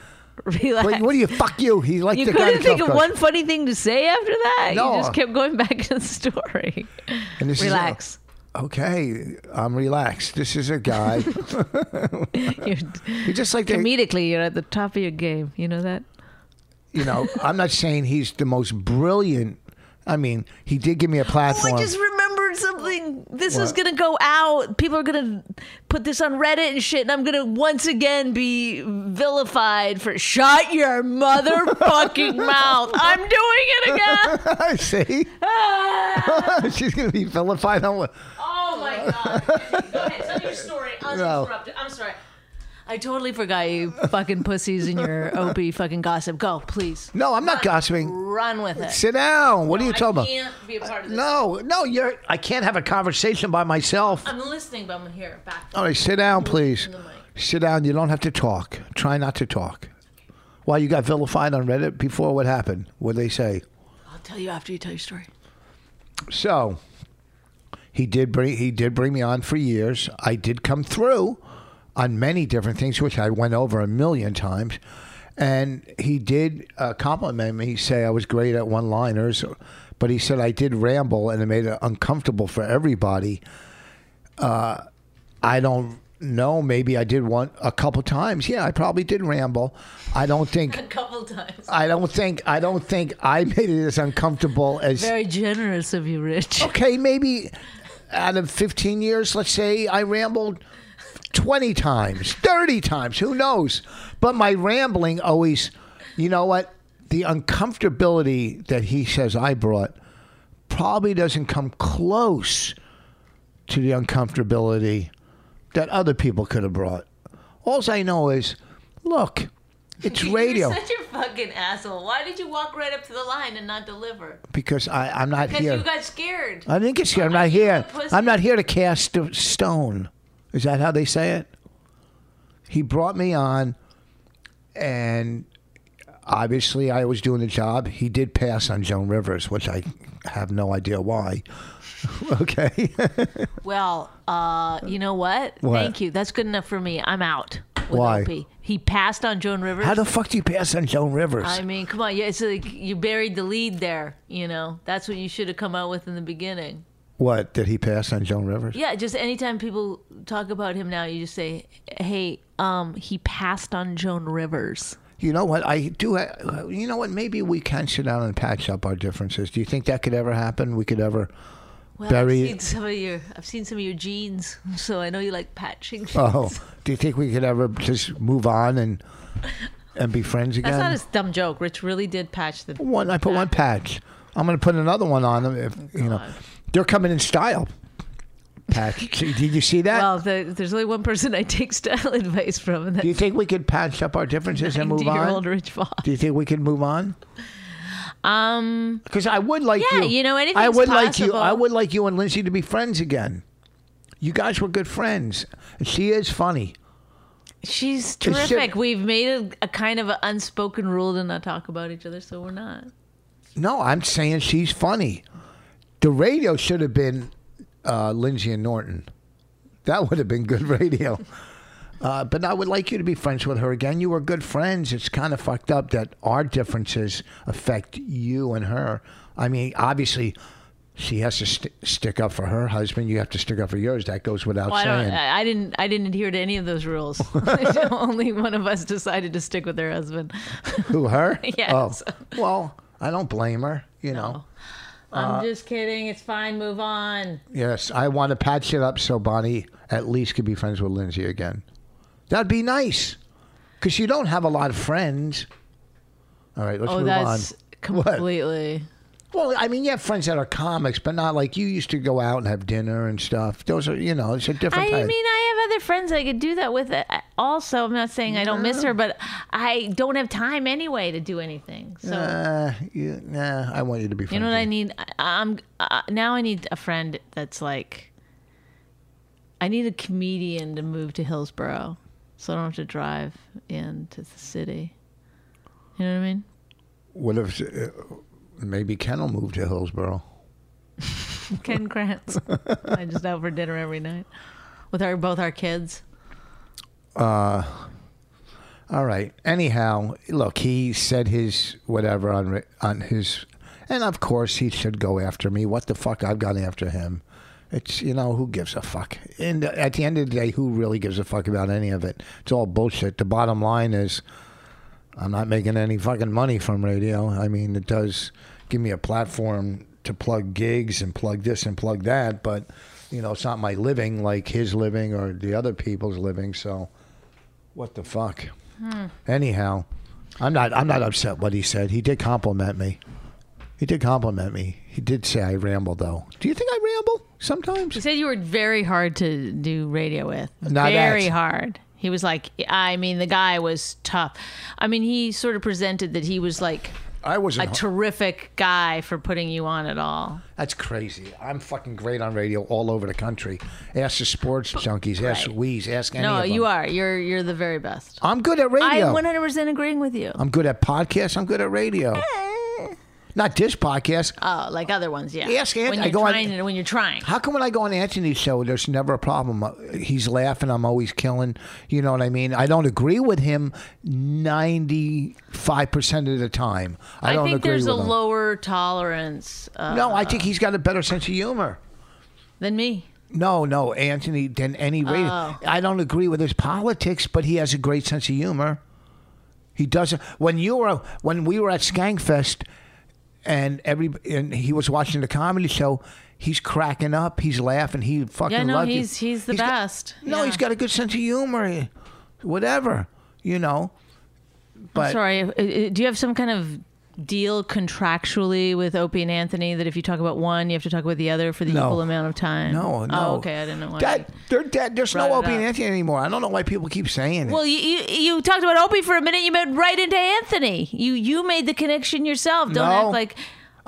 B: Relax.
A: Wait, what do you? Fuck you. He liked
B: You
A: the gun
B: couldn't think of
A: cover.
B: one funny thing to say after that.
A: No.
B: You just kept going back to the story.
A: And this is a-
B: Relax.
A: okay, I'm relaxed. This is a guy. Uh,
B: You're,
A: he just like the-
B: comedically, you're at the top of your game. You know that?
A: you know. I'm not saying he's the most brilliant. I mean, he did give me a
B: Oh,
A: platform.
B: I just remembered something. This is
A: What?
B: gonna go out. People are gonna put this on Reddit and shit, and I'm gonna once again be vilified for shut your motherfucking mouth. I'm doing it again.
A: See,
B: Ah.
A: she's gonna be vilified. On what?
B: Oh my god. Go ahead, tell your story uninterrupted. I'm sorry. I totally forgot you fucking pussies and your OP fucking gossip. Go, please.
A: No, I'm not gossiping.
B: Run with it.
A: Sit down. What are you talking
B: I
A: about?
B: can't be a part of this.
A: No, no, you're. I can't have a conversation by myself.
B: I'm listening, but I'm here. Back.
A: All right, sit down, please.
B: the mic.
A: Sit down. You don't have to talk. Try not to talk. Why you got vilified on Reddit before? What happened? What would they say?
B: I'll tell you after you tell your story.
A: So he did bring he did bring me on for years. I did come through on many different things, which I went over a million times. And he did uh, compliment me, say I was great at one liners, but he said I did ramble and it made it uncomfortable for everybody. Uh, I don't know. Maybe I did one a couple times. Yeah, I probably did ramble. I don't think.
B: A couple times.
A: I don't think. I don't think I made it as uncomfortable as.
B: Very generous of you, Rich.
A: okay, maybe out of 15 years, let's say I rambled 20 times, 30 times, who knows? But my rambling always, you know what? The uncomfortability that he says I brought probably doesn't come close to the uncomfortability that other people could have brought. All I know is, look, it's radio
B: You're such a fucking asshole. Why did you walk right up to the line and not deliver?
A: because I, I'm not
B: Because
A: here.
B: you got scared.
A: I didn't get scared. I'm not here.
B: pussy.
A: I'm not here to cast a stone. Is that how they say it? He brought me on, and obviously I was doing the job. He did pass on Joan Rivers, which I have no idea why. okay.
B: Well, uh, you know what?
A: What?
B: Thank you. That's good enough for me. I'm out. with
A: Why?
B: OP. He passed on Joan Rivers.
A: how the fuck do you pass on Joan Rivers?
B: I mean, come on. Yeah, it's like you buried the lead there. You know, that's what you should have come out with in the beginning.
A: what did he pass on Joan Rivers?
B: Yeah, just anytime people talk about him now, you just say, "Hey, um, he passed on Joan Rivers."
A: You know what? I do. ha- You know what? Maybe we can sit down and patch up our differences. Do you think that could ever happen? We could ever
B: Well,
A: bury
B: I've seen some of your, I've seen some of your jeans, so I know you like patching. Things.
A: Oh, do you think we could ever just move on and and be friends again?
B: That's not a dumb joke. Rich really did patch the.
A: one. I put one patch. I'm going to put another one on them. If you know, they're coming in style. Patch. See, Did you see that?
B: Well, the, there's only one person I take style advice from, and
A: do you
B: that's
A: think we could patch up our differences and move on?
B: old Rich Voss.
A: Do you think we could move on? Um, because I would like
B: yeah,
A: you.
B: you know,
A: I
B: anything's
A: would like you. I
B: possible.
A: would like you and Lindsay to be friends again. You guys were good friends. She is funny.
B: She's
A: should-
B: terrific. We've made a, a kind of an unspoken rule to not talk about each other, so we're not.
A: No, I'm saying she's funny. The radio should have been uh, Lindsay and Norton. That would have been good radio. Uh, but I would like you to be friends with her again. You were good friends. It's kind of fucked up that our differences affect you and her. I mean, obviously, she has to st- stick up for her husband. You have to stick up for yours. That goes without
B: Well, I
A: saying.
B: don't. uh, I I didn't. I didn't adhere to any of those rules. Only one of us decided to stick with her husband.
A: Who, her?
B: Yes.
A: Oh. Well, I don't blame her, you know.
B: I'm just kidding. It's fine. Move on.
A: Yes, I want to patch it up so Bonnie at least could be friends with Lindsay again. That'd be nice, because you don't have a lot of friends. All right, let's
B: Oh,
A: move
B: that's
A: on.
B: completely.
A: Well, I mean, you have friends that are comics, but not like you used to go out and have dinner and stuff. Those are, you know, it's a different
B: I
A: type.
B: mean, I have other friends I could do that with. uh, Also, I'm not saying I don't miss her, but I don't have time anyway to do anything. So
A: uh, you, nah, I want you to be friends.
B: you know what I
A: with-
B: need? I, I'm uh, now I need a friend that's like. I need a comedian to move to Hillsboro, so I don't have to drive into the city. You know what I mean?
A: What if uh, maybe Ken will move to Hillsboro?
B: Ken Krantz. I just out for dinner every night with our both our kids.
A: Uh, all right. Anyhow, look, he said his whatever on re- on his, and of course he should go after me. What the fuck? I've gone after him. It's you know who gives a fuck. And uh, at the end of the day, who really gives a fuck about any of it? It's all bullshit. The bottom line is, I'm not making any fucking money from radio. I mean, it does give me a platform to plug gigs and plug this and plug that, but you know, it's not my living like his living or the other people's living. So, what the fuck? Anyhow, I'm not. I'm not upset what he said. He did compliment me. He did compliment me. He did say I ramble though. Do you think I ramble
B: He
A: sometimes?
B: said you were very hard to do radio with.
A: Not
B: very
A: that.
B: hard. He was like, I mean, the guy was tough. I mean, he sort of presented that he was like
A: I
B: a
A: wasn't.
B: terrific guy for putting you on at all.
A: That's crazy. I'm fucking great on radio all over the country. Ask the sports junkies. Ask
B: Right.
A: Wheeze. Ask any
B: No,
A: of them.
B: you are. You're you're the very best.
A: I'm good at radio.
B: I'm 100% agreeing with you.
A: I'm good at podcasts. I'm good at radio.
B: Eh.
A: Not this podcast.
B: Oh, like other ones, yeah.
A: Yes, and
B: when
A: I
B: you're
A: go on-
B: trying, to- when you're trying.
A: How come when I go on Anthony's show, there's never a problem? Uh, He's laughing. I'm always killing. You know what I mean? I don't agree with him 95% of the time. I,
B: I
A: don't
B: think
A: agree
B: there's
A: with
B: a
A: him.
B: lower tolerance uh,
A: no, I think he's got a better sense of humor.
B: than me.
A: No, no, Anthony than any radio.
B: Oh.
A: I don't agree with his politics, but he has a great sense of humor. He doesn't. When you were when we were at Skankfest, and every and he was watching the comedy show, he's cracking up, he's laughing, he fucking
B: Yeah, no,
A: loves you.
B: he's he's the
A: got-
B: best.
A: no,
B: Yeah.
A: he's got a good sense of humor, eh, whatever you know. But
B: Sorry, uh, uh, do you have some kind of deal contractually with Opie and Anthony that if you talk about one, you have to talk about the other for the
A: No.
B: equal amount of time?
A: no, no.
B: Oh, okay, I didn't know. Why.
A: That they're dead. There's
B: brought
A: no
B: it
A: Opie and
B: up.
A: Anthony anymore. I don't know why people keep saying it.
B: well, you, you you talked about Opie for a minute. You went right into Anthony. You you made the connection yourself. Don't
A: No.
B: act like.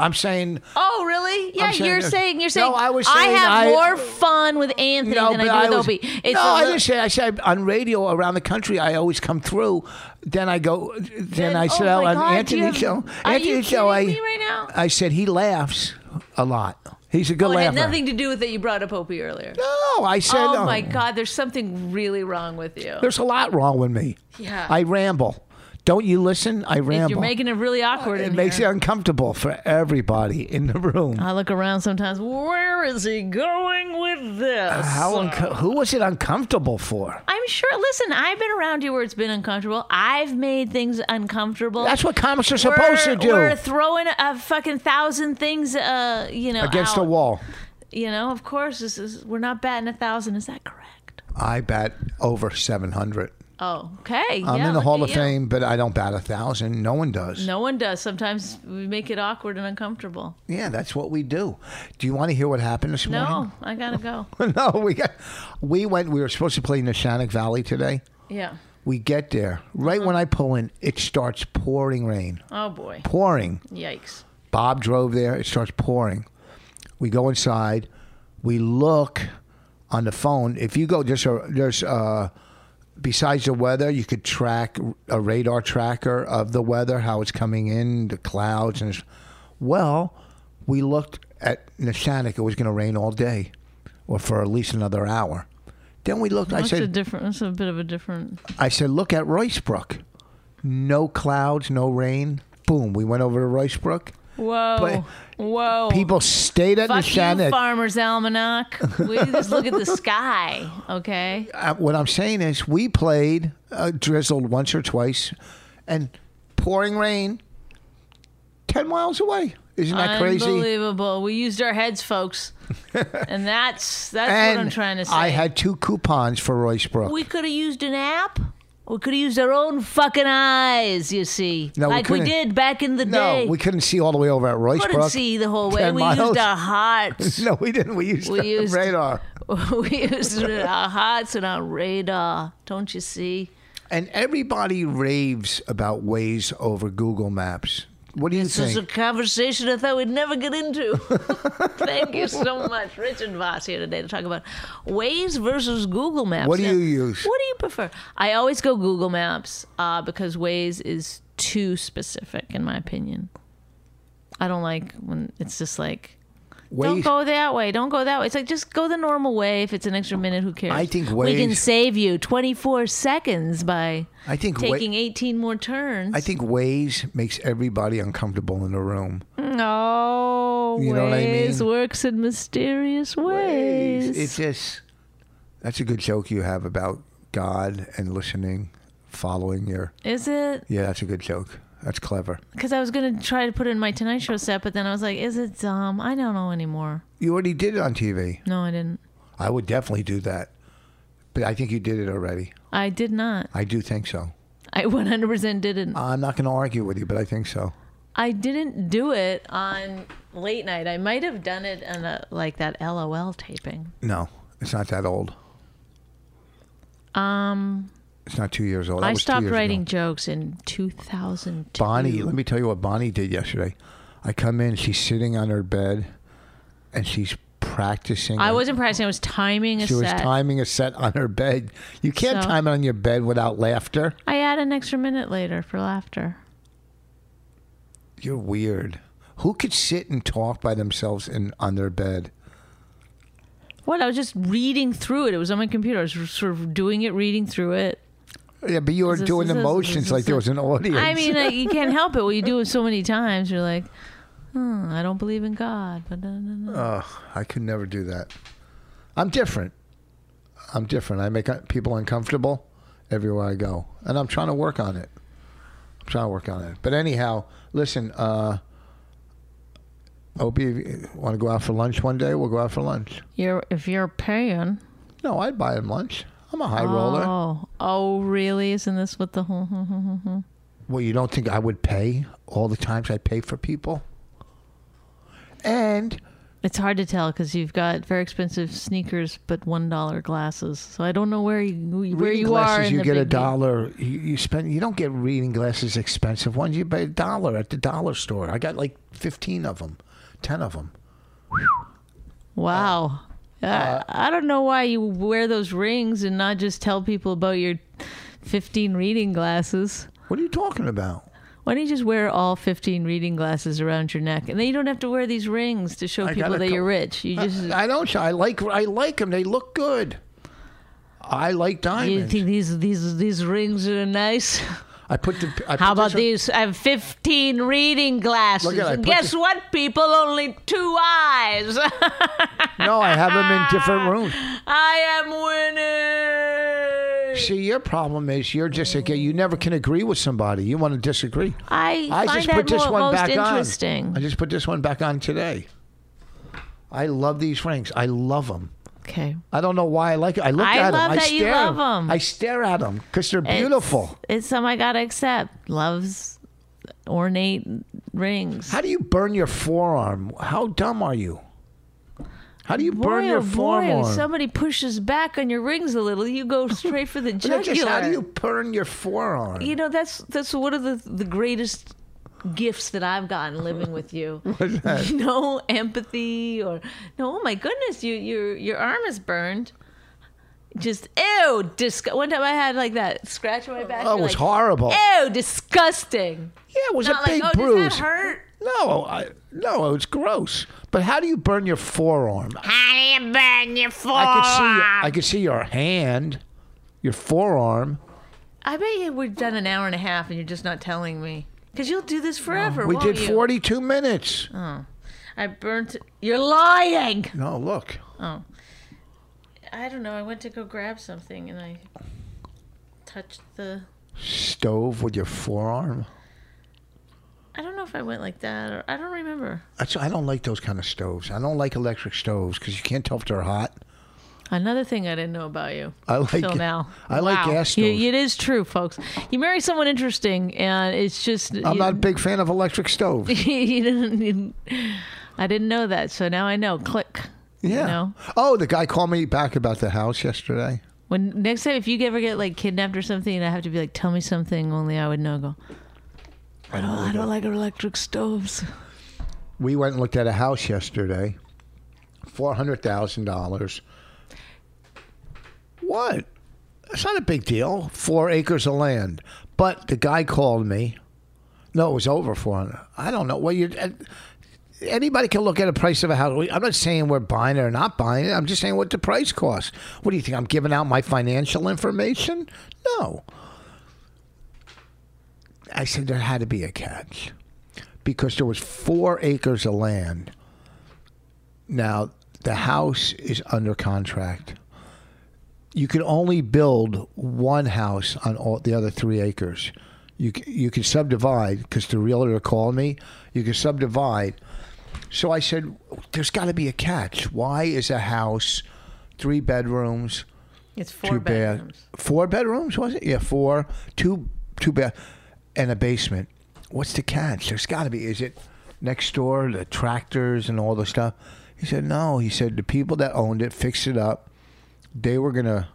A: I'm saying
B: Oh, really? Yeah,
A: I'm saying
B: you're
A: there's-
B: saying you're
A: No,
B: saying
A: I was saying
B: have
A: I-
B: more fun with Anthony than I do with Opie. It's
A: no,
B: a
A: I
B: little-
A: didn't say. I said on radio around the country, I always come through. Then I go. Then, I
B: oh
A: said
B: my
A: on
B: God,
A: Anthony
B: you have-
A: show.
B: Are
A: Anthony
B: you
A: show. I
B: kidding me right now?
A: I said he laughs a lot. He's a good
B: Oh, it
A: laugher.
B: had nothing to do with that you brought up Opie earlier.
A: no, I said.
B: oh
A: um,
B: my God, there's something really wrong with you.
A: There's a lot wrong with me.
B: Yeah.
A: I ramble. Don't you listen? I ramble.
B: You're making it really awkward.
A: it
B: in
A: makes it
B: here.
A: uncomfortable for everybody in the room.
B: I look around sometimes. Where is he going with this?
A: How unco- who was it uncomfortable for?
B: I'm sure. Listen, I've been around you where it's been uncomfortable. I've made things uncomfortable.
A: That's what comics are supposed to
B: We're-
A: do.
B: We're throwing a fucking thousand things, uh, you know,
A: against
B: out.
A: the wall.
B: You know, of course, this is we're not batting a thousand. Is that correct?
A: I bet over seven hundred.
B: Oh, okay.
A: I'm
B: yeah,
A: in the
B: look
A: Hall
B: at
A: of
B: you.
A: Fame, but I don't bat a thousand. No one does.
B: No one does. Sometimes we make it awkward and uncomfortable.
A: Yeah, that's what we do. Do you want to hear what happened this
B: No, I gotta go.
A: morning? No. we got. We went. We were supposed to play in the Shannock Valley today.
B: Yeah.
A: We get there right when I pull in. It starts pouring rain.
B: Oh boy.
A: Pouring.
B: Yikes.
A: Bob drove there. It starts pouring. We go inside. We look on the phone. If you go, there's a, there's uh, besides the weather, you could track a radar tracker of the weather, how it's coming in, the clouds, and it's- well, we looked at Neshanic. It was going to rain all day, or for at least another hour. Then we looked. I
B: That's a
A: said,
B: different. That's a bit of a different.
A: I said, look at Roycebrook. No clouds, no rain. Boom. We went over to Roycebrook.
B: Whoa. Whoa.
A: People stayed at
B: Fuck you,
A: Neshanic.
B: Farmer's Almanac. We just look at the sky, okay?
A: Uh, what I'm saying is, we played uh, drizzled once or twice, and pouring rain, ten miles away. Isn't that crazy?
B: Unbelievable. We used our heads, folks. And that's that's
A: And
B: what I'm trying to say.
A: I had two coupons for Roycebrook.
B: we could have used an app. We could have used our own fucking eyes, you see.
A: No, we
B: like we,
A: couldn't.
B: did back in the
A: no,
B: day.
A: we couldn't see all the way over at Roycebrook.
B: couldn't see the whole way.
A: 10
B: We
A: miles.
B: used our hearts.
A: No, we didn't. We used
B: We
A: the
B: used-
A: radar.
B: we used our hearts and our radar. Don't you see?
A: And everybody raves about Waze over Google Maps. What do you
B: This is a
A: think?
B: conversation I thought we'd never get into. Thank you so much. Richard Voss here today to talk about Waze versus Google Maps.
A: What do
B: Now,
A: you use?
B: What do you prefer? I always go Google Maps uh, because Waze is too specific, in my opinion. I don't like when it's just like Don't
A: Wait.
B: go that way. Don't go that way. It's like just go the normal way. If it's an extra minute, who cares?
A: I think
B: we can
A: Waze-
B: save you 24 seconds by
A: I think Wa-
B: taking 18 more turns.
A: I think Waze makes everybody uncomfortable in the room.
B: no,
A: You know what I
B: Waze
A: mean?
B: Oh, works in mysterious ways.
A: It's just that's a good joke you have about God and listening, following your.
B: Is it?
A: Yeah, that's a good joke. That's clever.
B: Because I was gonna try to put it in my Tonight Show set, but then I was like, is it dumb? I don't know anymore.
A: You already did it on TV.
B: No, I didn't.
A: I would definitely do that, but I think you did it already.
B: I did not.
A: I do think so.
B: I 100% didn't.
A: I'm not going to argue with you, but I think so.
B: I didn't do it on late night. I might have done it on a, like that LOL taping.
A: No, it's not that old.
B: Um,
A: It's not two years old. That
B: I
A: was two
B: stopped
A: years ago.
B: writing jokes in 2002.
A: Bonnie, let me tell you what Bonnie did yesterday. I come in, she's sitting on her bed, and she's practicing.
B: I
A: a-
B: wasn't practicing. I was timing a
A: She was
B: set.
A: timing a set on her bed. You can't
B: So-
A: time it on your bed without laughter.
B: I add an extra minute later for laughter.
A: You're weird. Who could sit and talk by themselves in on their bed?
B: What? I was just reading through it. It was on my computer. I was sort of doing it, reading through it.
A: Yeah, but you were
B: This
A: doing
B: is-
A: the
B: this
A: motions
B: is-
A: like there was an audience.
B: I mean, like, you can't help it. Well, you do it so many times. You're like, hmm, I don't believe in God. But no, no, no.
A: Ugh, I could never do that. I'm different. I'm different. I make uh, people uncomfortable everywhere I go, and I'm trying to work on it. I'm trying to work on it. But anyhow, listen. Uh, Opie, want to go out for lunch one day? We'll go out for lunch.
B: You're if you're paying.
A: No, I'd buy him lunch. I'm a high roller.
B: Oh, oh, really? Isn't this what the whole?
A: Well, you don't think I would pay all the times I pay for people? And
B: It's hard to tell because you've got very expensive sneakers, but one dollar glasses. So I don't know where you where
A: reading
B: you
A: glasses,
B: are. In
A: you
B: the
A: get a
B: big deal.
A: dollar. You, you spend. You don't get reading glasses expensive ones. You buy a dollar at the dollar store. I got like fifteen of them, ten of them.
B: Wow. Uh, I don't know why you wear those rings and not just tell people about your 15 reading glasses.
A: What are you talking about?
B: Why don't you just wear all 15 reading glasses around your neck? And then you don't have to wear these rings to show
A: I
B: people
A: gotta Uh,
B: that
A: co-
B: you're rich. You just.
A: I don't. I like. I like them. They look good. I like
B: you
A: diamonds.
B: think these these these rings are nice?
A: I put the. I
B: How
A: put
B: about
A: this one-
B: these? I have 15 reading glasses.
A: Look at it, I
B: and
A: put
B: guess
A: the-
B: what, people? Only two eyes.
A: No, I have them in different rooms.
B: I am winning.
A: See, your problem is you're just a, you never can agree with somebody. You want to disagree.
B: I,
A: I
B: find
A: just
B: that
A: put this
B: mo-
A: one
B: most
A: back
B: interesting.
A: on. I just put this one back on today. I love these rings. I love them.
B: Okay.
A: I don't know why I like it. I look
B: I
A: at
B: love
A: them. I
B: that you
A: stare.
B: love 'em.
A: I stare at them because they're
B: It's-
A: beautiful.
B: It's, something I gotta accept. Loves ornate rings.
A: How do you burn your forearm? How dumb are you? How do you burn
B: boy,
A: your
B: oh boy,
A: forearm?
B: if somebody pushes back on your rings a little, you go straight for the
A: But that's
B: jugular.
A: just- how do you burn your forearm?
B: You know, that's that's one of the the greatest gifts that I've gotten living with you.
A: What's that?
B: No empathy or no. Oh my goodness, you your your arm is burned. Just ew, disg- One time I had like that scratch on my back.
A: Oh, it
B: you're
A: was
B: like,
A: horrible.
B: Ew, disgusting.
A: Yeah, it was
B: Not
A: a big
B: like, oh,
A: bruise.
B: does that hurt?
A: No, I, no, it's gross. But how do you burn your forearm?
B: How do you burn your forearm?
A: I could see.
B: I,
A: I could see your hand, your forearm.
B: bet you we've done an hour and a half and you're just not telling me. Because you'll do this forever.
A: We
B: won't
A: did
B: you? Uh.
A: 42 minutes.
B: I burnt. You're lying.
A: No, look.
B: I don't know. I went to go grab something and I touched the.
A: Stove with your forearm.
B: I don't know if I went like that or I don't remember.
A: That's, I don't like those kind of stoves. I don't like electric stoves because you can't tell if they're hot.
B: Another thing I didn't know about you.
A: I like
B: till now.
A: I like
B: Wow.
A: gas
B: You-
A: stoves.
B: it is true, folks. You marry someone interesting, and it's just.
A: I'm
B: you,
A: not a big fan of electric stoves.
B: you didn't, you- I didn't know that, so now I know. Click.
A: Yeah.
B: know?
A: Oh, the guy called me back about the house yesterday.
B: When next time, if you ever get like kidnapped or something, and I have to be like, tell me something only I would know. Go. I don't, I don't like electric stoves.
A: We went and looked at a house yesterday. Four hundred thousand dollars. What? It's not a big deal. Four acres of land. But the guy called me. No, it was over four hundred. I don't know. Well, you. uh, anybody can look at a price of a house. We- I'm not saying we're buying it or not buying it. I'm just saying what the price costs. What do you think? I'm giving out my financial information? No. I said there had to be a catch because there was four acres of land. Now the house is under contract. You can only build one house on all the other three acres. You c- you can subdivide because the realtor called me. You can subdivide. So I said, "There's got to be a catch. Why is a house three bedrooms?"
B: It's four
A: two bath-
B: bedrooms.
A: four bedrooms was it? Yeah, four, two, two bath, and a basement. What's the catch? There's got to be. Is it next door the tractors and all the stuff? He said no. He said the people that owned it fixed it up. They were gonna,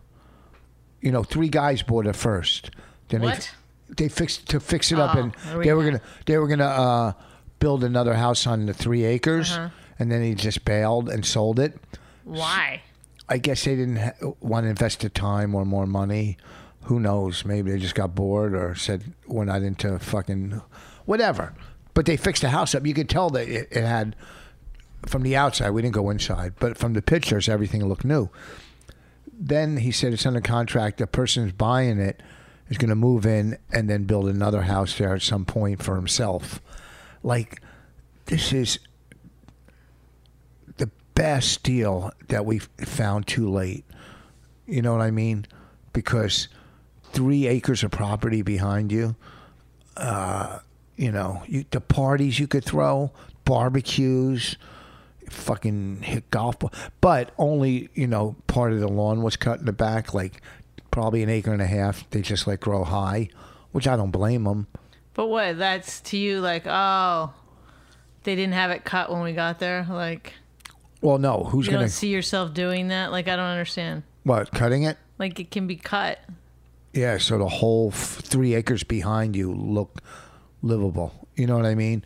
A: you know, three guys bought it first. Then
B: What?
A: They, they fixed to fix it up,
B: Oh,
A: and
B: there we
A: they were
B: go.
A: gonna they were gonna uh, build another house on the three acres,
B: Uh-huh.
A: and then he just bailed and sold it.
B: Why?
A: I guess they didn't ha- want to invest the time or more money. Who knows? Maybe they just got bored or said we're not into fucking whatever. But they fixed the house up. You could tell that it, it had from the outside. We didn't go inside, but from the pictures, everything looked new. Then he said it's under contract. The person who's buying it is going to move in and then build another house there at some point for himself. Like this is the best deal that we found too late. You know what I mean? Because three acres of property behind you, uh, you know, you, the parties you could throw, barbecues, fucking hit golf ball, but only you know part of the lawn was cut in the back, like probably an acre and a half. They just like grow high, which I don't blame them.
B: But what? That's to you like, oh, they didn't have it cut when we got there. Like,
A: Well, no, who's
B: you
A: gonna
B: don't see yourself doing that. Like, I don't understand.
A: what cutting it?
B: Like, it can be cut.
A: Yeah, so the whole f- three acres behind you look livable. You know what I mean?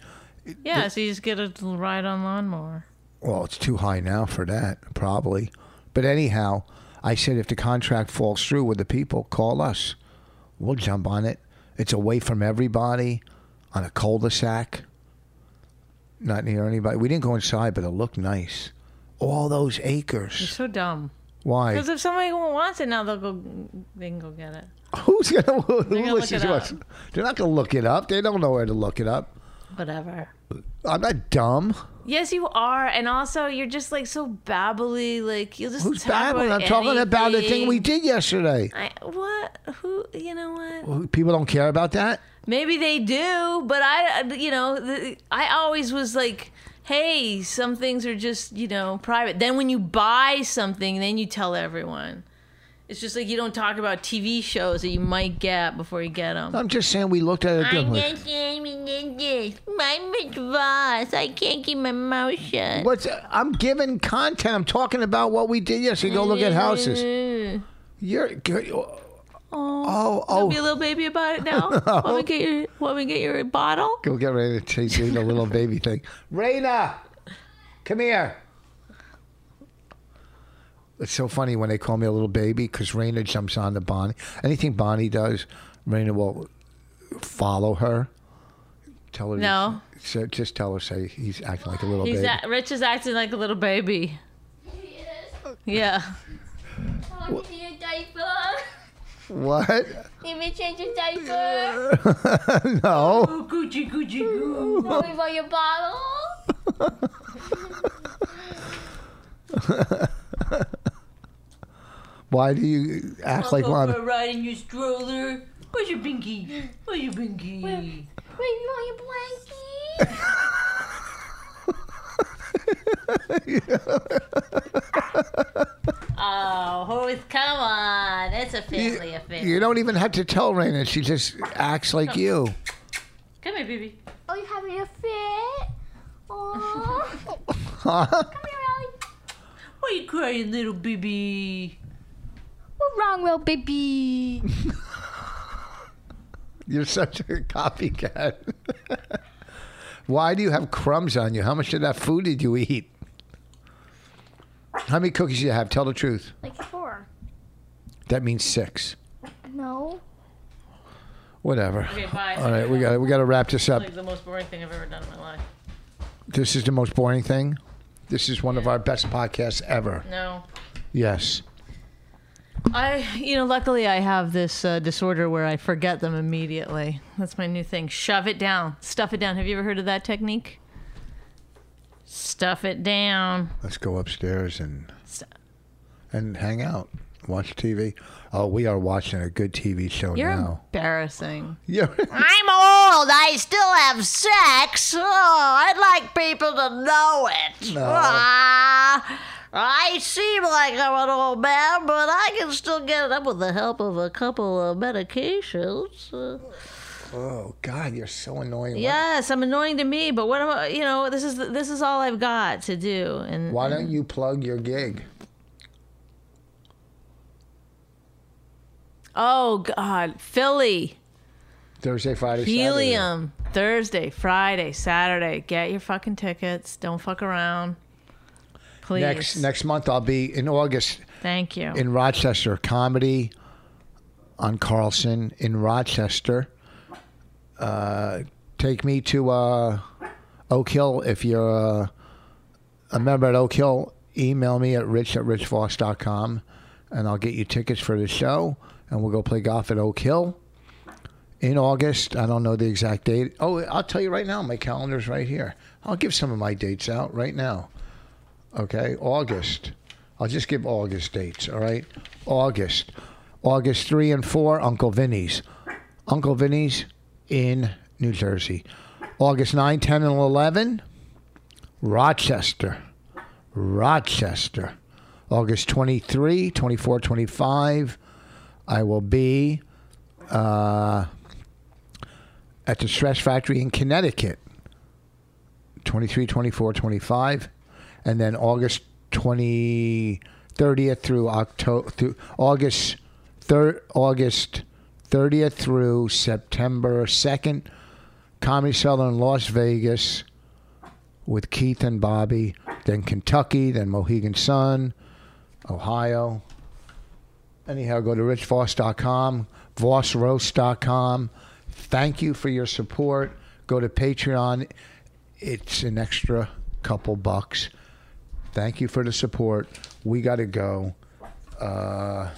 B: Yeah, so you just get a ride on lawnmower.
A: Well, it's too high now for that, probably. But anyhow, I said if the contract falls through with the people, call us. We'll jump on it. It's away from everybody on a cul de sac, not near anybody. We didn't go inside, but it looked nice. All those
B: You're
A: acres.
B: so dumb.
A: Why?
B: Because if somebody wants it now, they'll go. They can go get it.
A: Who's gonna, who
B: gonna look
A: listens
B: it
A: to us? They're not gonna look it up. They don't know where to look it up.
B: Whatever.
A: I'm not dumb.
B: Yes, you are, and also you're just like so babbly. Like you'll just
A: Who's
B: talk
A: babbling? I'm
B: about
A: talking about the thing
B: anything.
A: we did yesterday.
B: I, what? Who? You know what?
A: People don't care about that.
B: Maybe they do, but I, you know, the, I always was like, hey, some things are just, you know, private. Then when you buy something, then you tell everyone. It's just like you don't talk about TV shows that you might get before you get them.
A: I'm just saying we looked at it differently.
B: My boss, I can't keep my mouth shut.
A: What's I'm giving content. I'm talking about what we did yesterday. Go look at houses.
B: Mm.
A: You're oh
B: Oh,
A: oh.
B: Don't be a little baby about it now. Let me get your, let me get your bottle.
A: Go get ready to take you the little baby thing. Raina, come here. It's so funny when they call me a little baby because Raina jumps on to Bonnie. Anything Bonnie does, Raina will follow her. Tell her.
B: No.
A: So just tell her, say, he's acting like a little
B: He's
A: baby.
B: a- Rich is acting like a little baby.
C: Yes.
B: Yeah.
C: Oh, you need a diaper.
A: what?
C: Let me change your diaper.
A: no.
B: Oh, Gucci, Gucci, goo.
C: Tell me about your bottle.
A: Why do you act like
B: for a
A: one?
B: ride in your stroller. Where's your binky? Where's your binky?
C: Wait, you want your blanket?
B: Oh, Horace, come on. That's a
A: You,
B: family affair.
A: you don't even have to tell Raina. She just acts like you.
B: Come here, baby.
C: Oh, you having a fit? Oh, come
A: Huh?
C: here, Ellie.
B: Why you crying, little baby?
C: What's wrong, little baby?
A: You're such a copycat. Why do you have crumbs on you? How much of that food did you eat? How many cookies do you have? Tell the truth.
C: Like four.
A: That means six.
C: No.
A: Whatever.
B: Okay, bye.
A: All right, we got we got to wrap this up.
B: Like the most boring thing I've ever done in my life.
A: This is the most boring thing. This is one of our best podcasts ever.
B: No.
A: Yes.
B: I, you know, luckily I have this uh, disorder where I forget them immediately. That's my new thing. Shove it down, stuff it down. Have you ever heard of that technique? Stuff it down.
A: Let's go upstairs and
B: St-
A: and hang out, watch TV. Oh, we are watching a good TV show
B: You're
A: now.
B: embarrassing.
A: Yeah.
B: I'm old. I still have sex. Oh, I'd like people to know it.
A: No.
B: Ah, I seem like I'm an old man, but I can still get it up with the help of a couple of medications. Uh,
A: oh God, you're so annoying.
B: Yes, I'm annoying to me, but what am I? You know, this is this is all I've got to do. And
A: Why don't you plug your gig?
B: oh God, Philly,
A: Thursday, Friday, Saturday.
B: helium, Thursday, Friday, Saturday. Get your fucking tickets. Don't fuck around, please.
A: Next next month, I'll be in August
B: Thank you.
A: in Rochester comedy on Carlson in Rochester. Uh, take me to uh, Oak Hill if you're uh, a member at Oak Hill. Email me at rich at richvoss.com and I'll get you tickets for the show and we'll go play golf at Oak Hill in August. I don't know the exact date. Oh, I'll tell you right now. My calendar's right here. I'll give some of my dates out right now. Okay, August. I'll just give August dates. All right, August, August three and four. Uncle Vinny's, Uncle Vinny's in New Jersey. August 9, 10, and 11, Rochester, Rochester. August 23, 24, 25, I will be uh, at the Stress Factory in Connecticut, 23, 24, 25, and then August 20, 30th through October, through August, thir- August 30th through September 2nd, Comedy Cellar in Las Vegas with Keith and Bobby, then Kentucky, then Mohegan Sun, Ohio. Anyhow, go to richvoss.com, vossroast.com. Thank you for your support. Go to Patreon. It's an extra couple bucks. Thank you for the support. We got to go. Uh,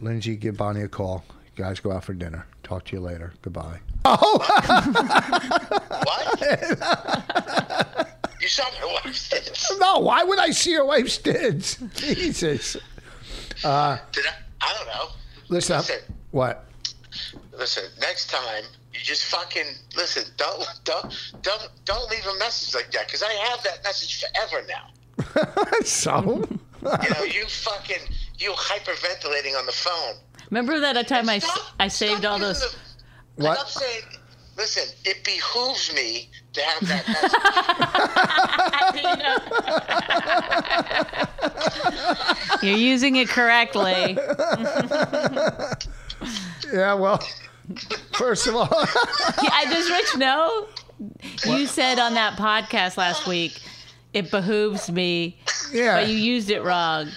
A: Lindsay, give Bonnie a call. You guys go out for dinner. Talk to you later. Goodbye.
D: What? you saw my wife's tits.
A: No, why would I see your wife's tits? Jesus.
D: Did I? I don't know.
A: Listen. up.
D: Listen.
A: What?
D: Listen, next time you just fucking listen. Don't don't don't don't leave a message like that because I have that message forever now.
A: So?
D: You know, you fucking you hyperventilating on the phone.
B: Remember that time I, I saved all those.
D: What?
A: What?
D: I'm saying, listen, it behooves me to have that message.
B: You're using it correctly.
A: Yeah, well, first of all.
B: I does Rich know? You said on that podcast last week, it behooves me,
A: Yeah.
B: but you used it wrong.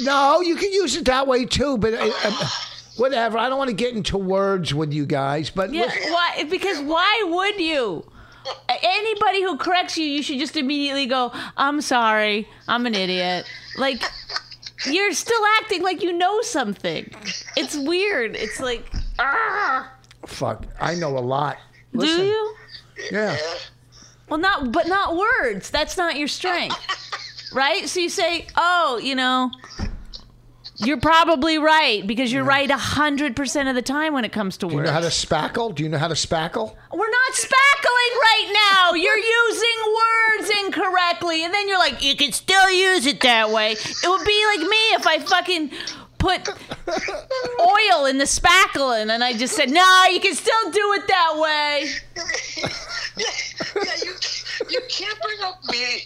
A: No, you can use it that way too, but uh, uh, whatever. I don't want to get into words with you guys, but
B: Yeah,
A: listen-
B: why? Because why would you? A- Anybody who corrects you, you should just immediately go, "I'm sorry, I'm an idiot." Like you're still acting like you know something. It's weird. It's like, ah.
A: fuck, I know a lot. Listen,
B: do you?
A: Yeah.
B: Well, not but not words. That's not your strength, right? So you say, "Oh, you know, you're probably right because you're right a hundred percent of the time when it comes to
A: You
B: words."
A: know how to spackle? Do you know how to spackle?
B: We're not spackling right now. You're using words incorrectly, and then you're like, "You can still use it that way." It would be like me if I fucking put oil in the spackling, and then I just said, "No, you can still do it that way."
D: yeah, yeah, you you can't bring up me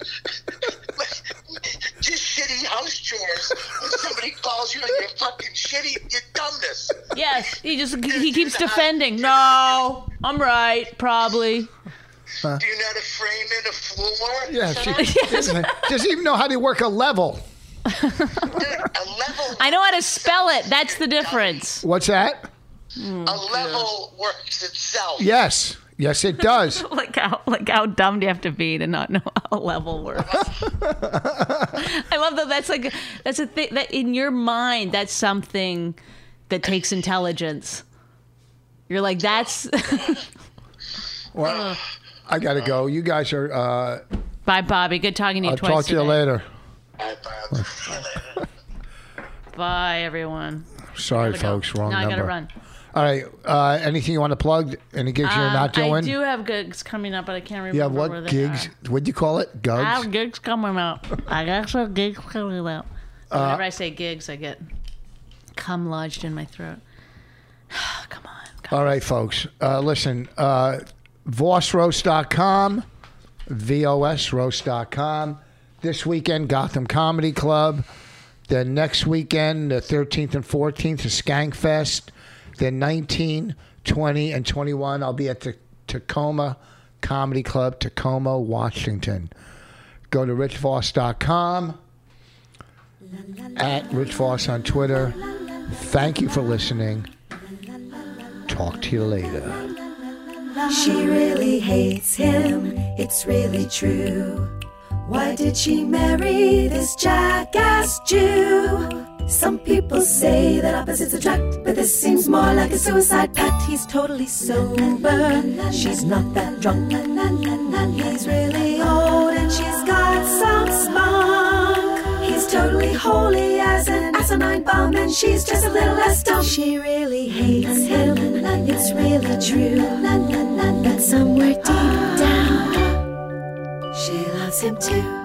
D: just shitty house chores when somebody calls you on your fucking shitty your dumbness.
B: Yes, he just he keeps defending. No, I'm right, probably.
D: Do you know how to frame in a floor?
A: Yeah. She, Doesn't even know how to work a level.
D: A level
B: I know how to spell it. That's the difference.
A: What's that?
D: a level works itself.
A: Yes. Yes, it does.
B: Like how like how dumb do you have to be to not know how level works? I love that. That's like that's a thing that in your mind that's something that takes intelligence. You're like that's
A: Well, I gotta go. You guys are. Uh,
B: bye, Bobby. Good talking to you
A: I'll
B: twice
A: talk to you
B: today.
A: later.
D: I found-
B: Bye, everyone.
A: Sorry,
B: Gotta go.
A: folks. Wrong
B: no,
A: number.
B: I gotta run.
A: All right. Uh, anything you want to plug? Any gigs you're not
B: Um,
A: doing?
B: I do have gigs coming up, but I can't remember.
A: Yeah,
B: where
A: what
B: they
A: gigs?
B: are.
A: What'd you call it? Gugs?
B: I have gigs coming up. I got some gigs coming up. Whenever I say gigs, I get cum lodged in my throat. Come on. Come
A: All right, folks. Uh, listen, uh, VosRoast.com, VOSRoast.com. This weekend, Gotham Comedy Club. Then next weekend, the 13th and 14th, is Skankfest. Then 19, 20, and 21, I'll be at the Tacoma Comedy Club, Tacoma, Washington. Go to richvoss.com, at richvoss on Twitter. Thank you for listening. Talk to you later.
E: She really hates him, it's really true. Why did she marry this jackass Jew? Some people say that opposites attract, but this seems more like a suicide pact. He's totally sober, she's not that drunk. He's really old and she's got some spunk. He's totally holy as an asinine bomb, and she's just a little less dumb. She really hates him, it's really true. But somewhere deep down, she loves him too.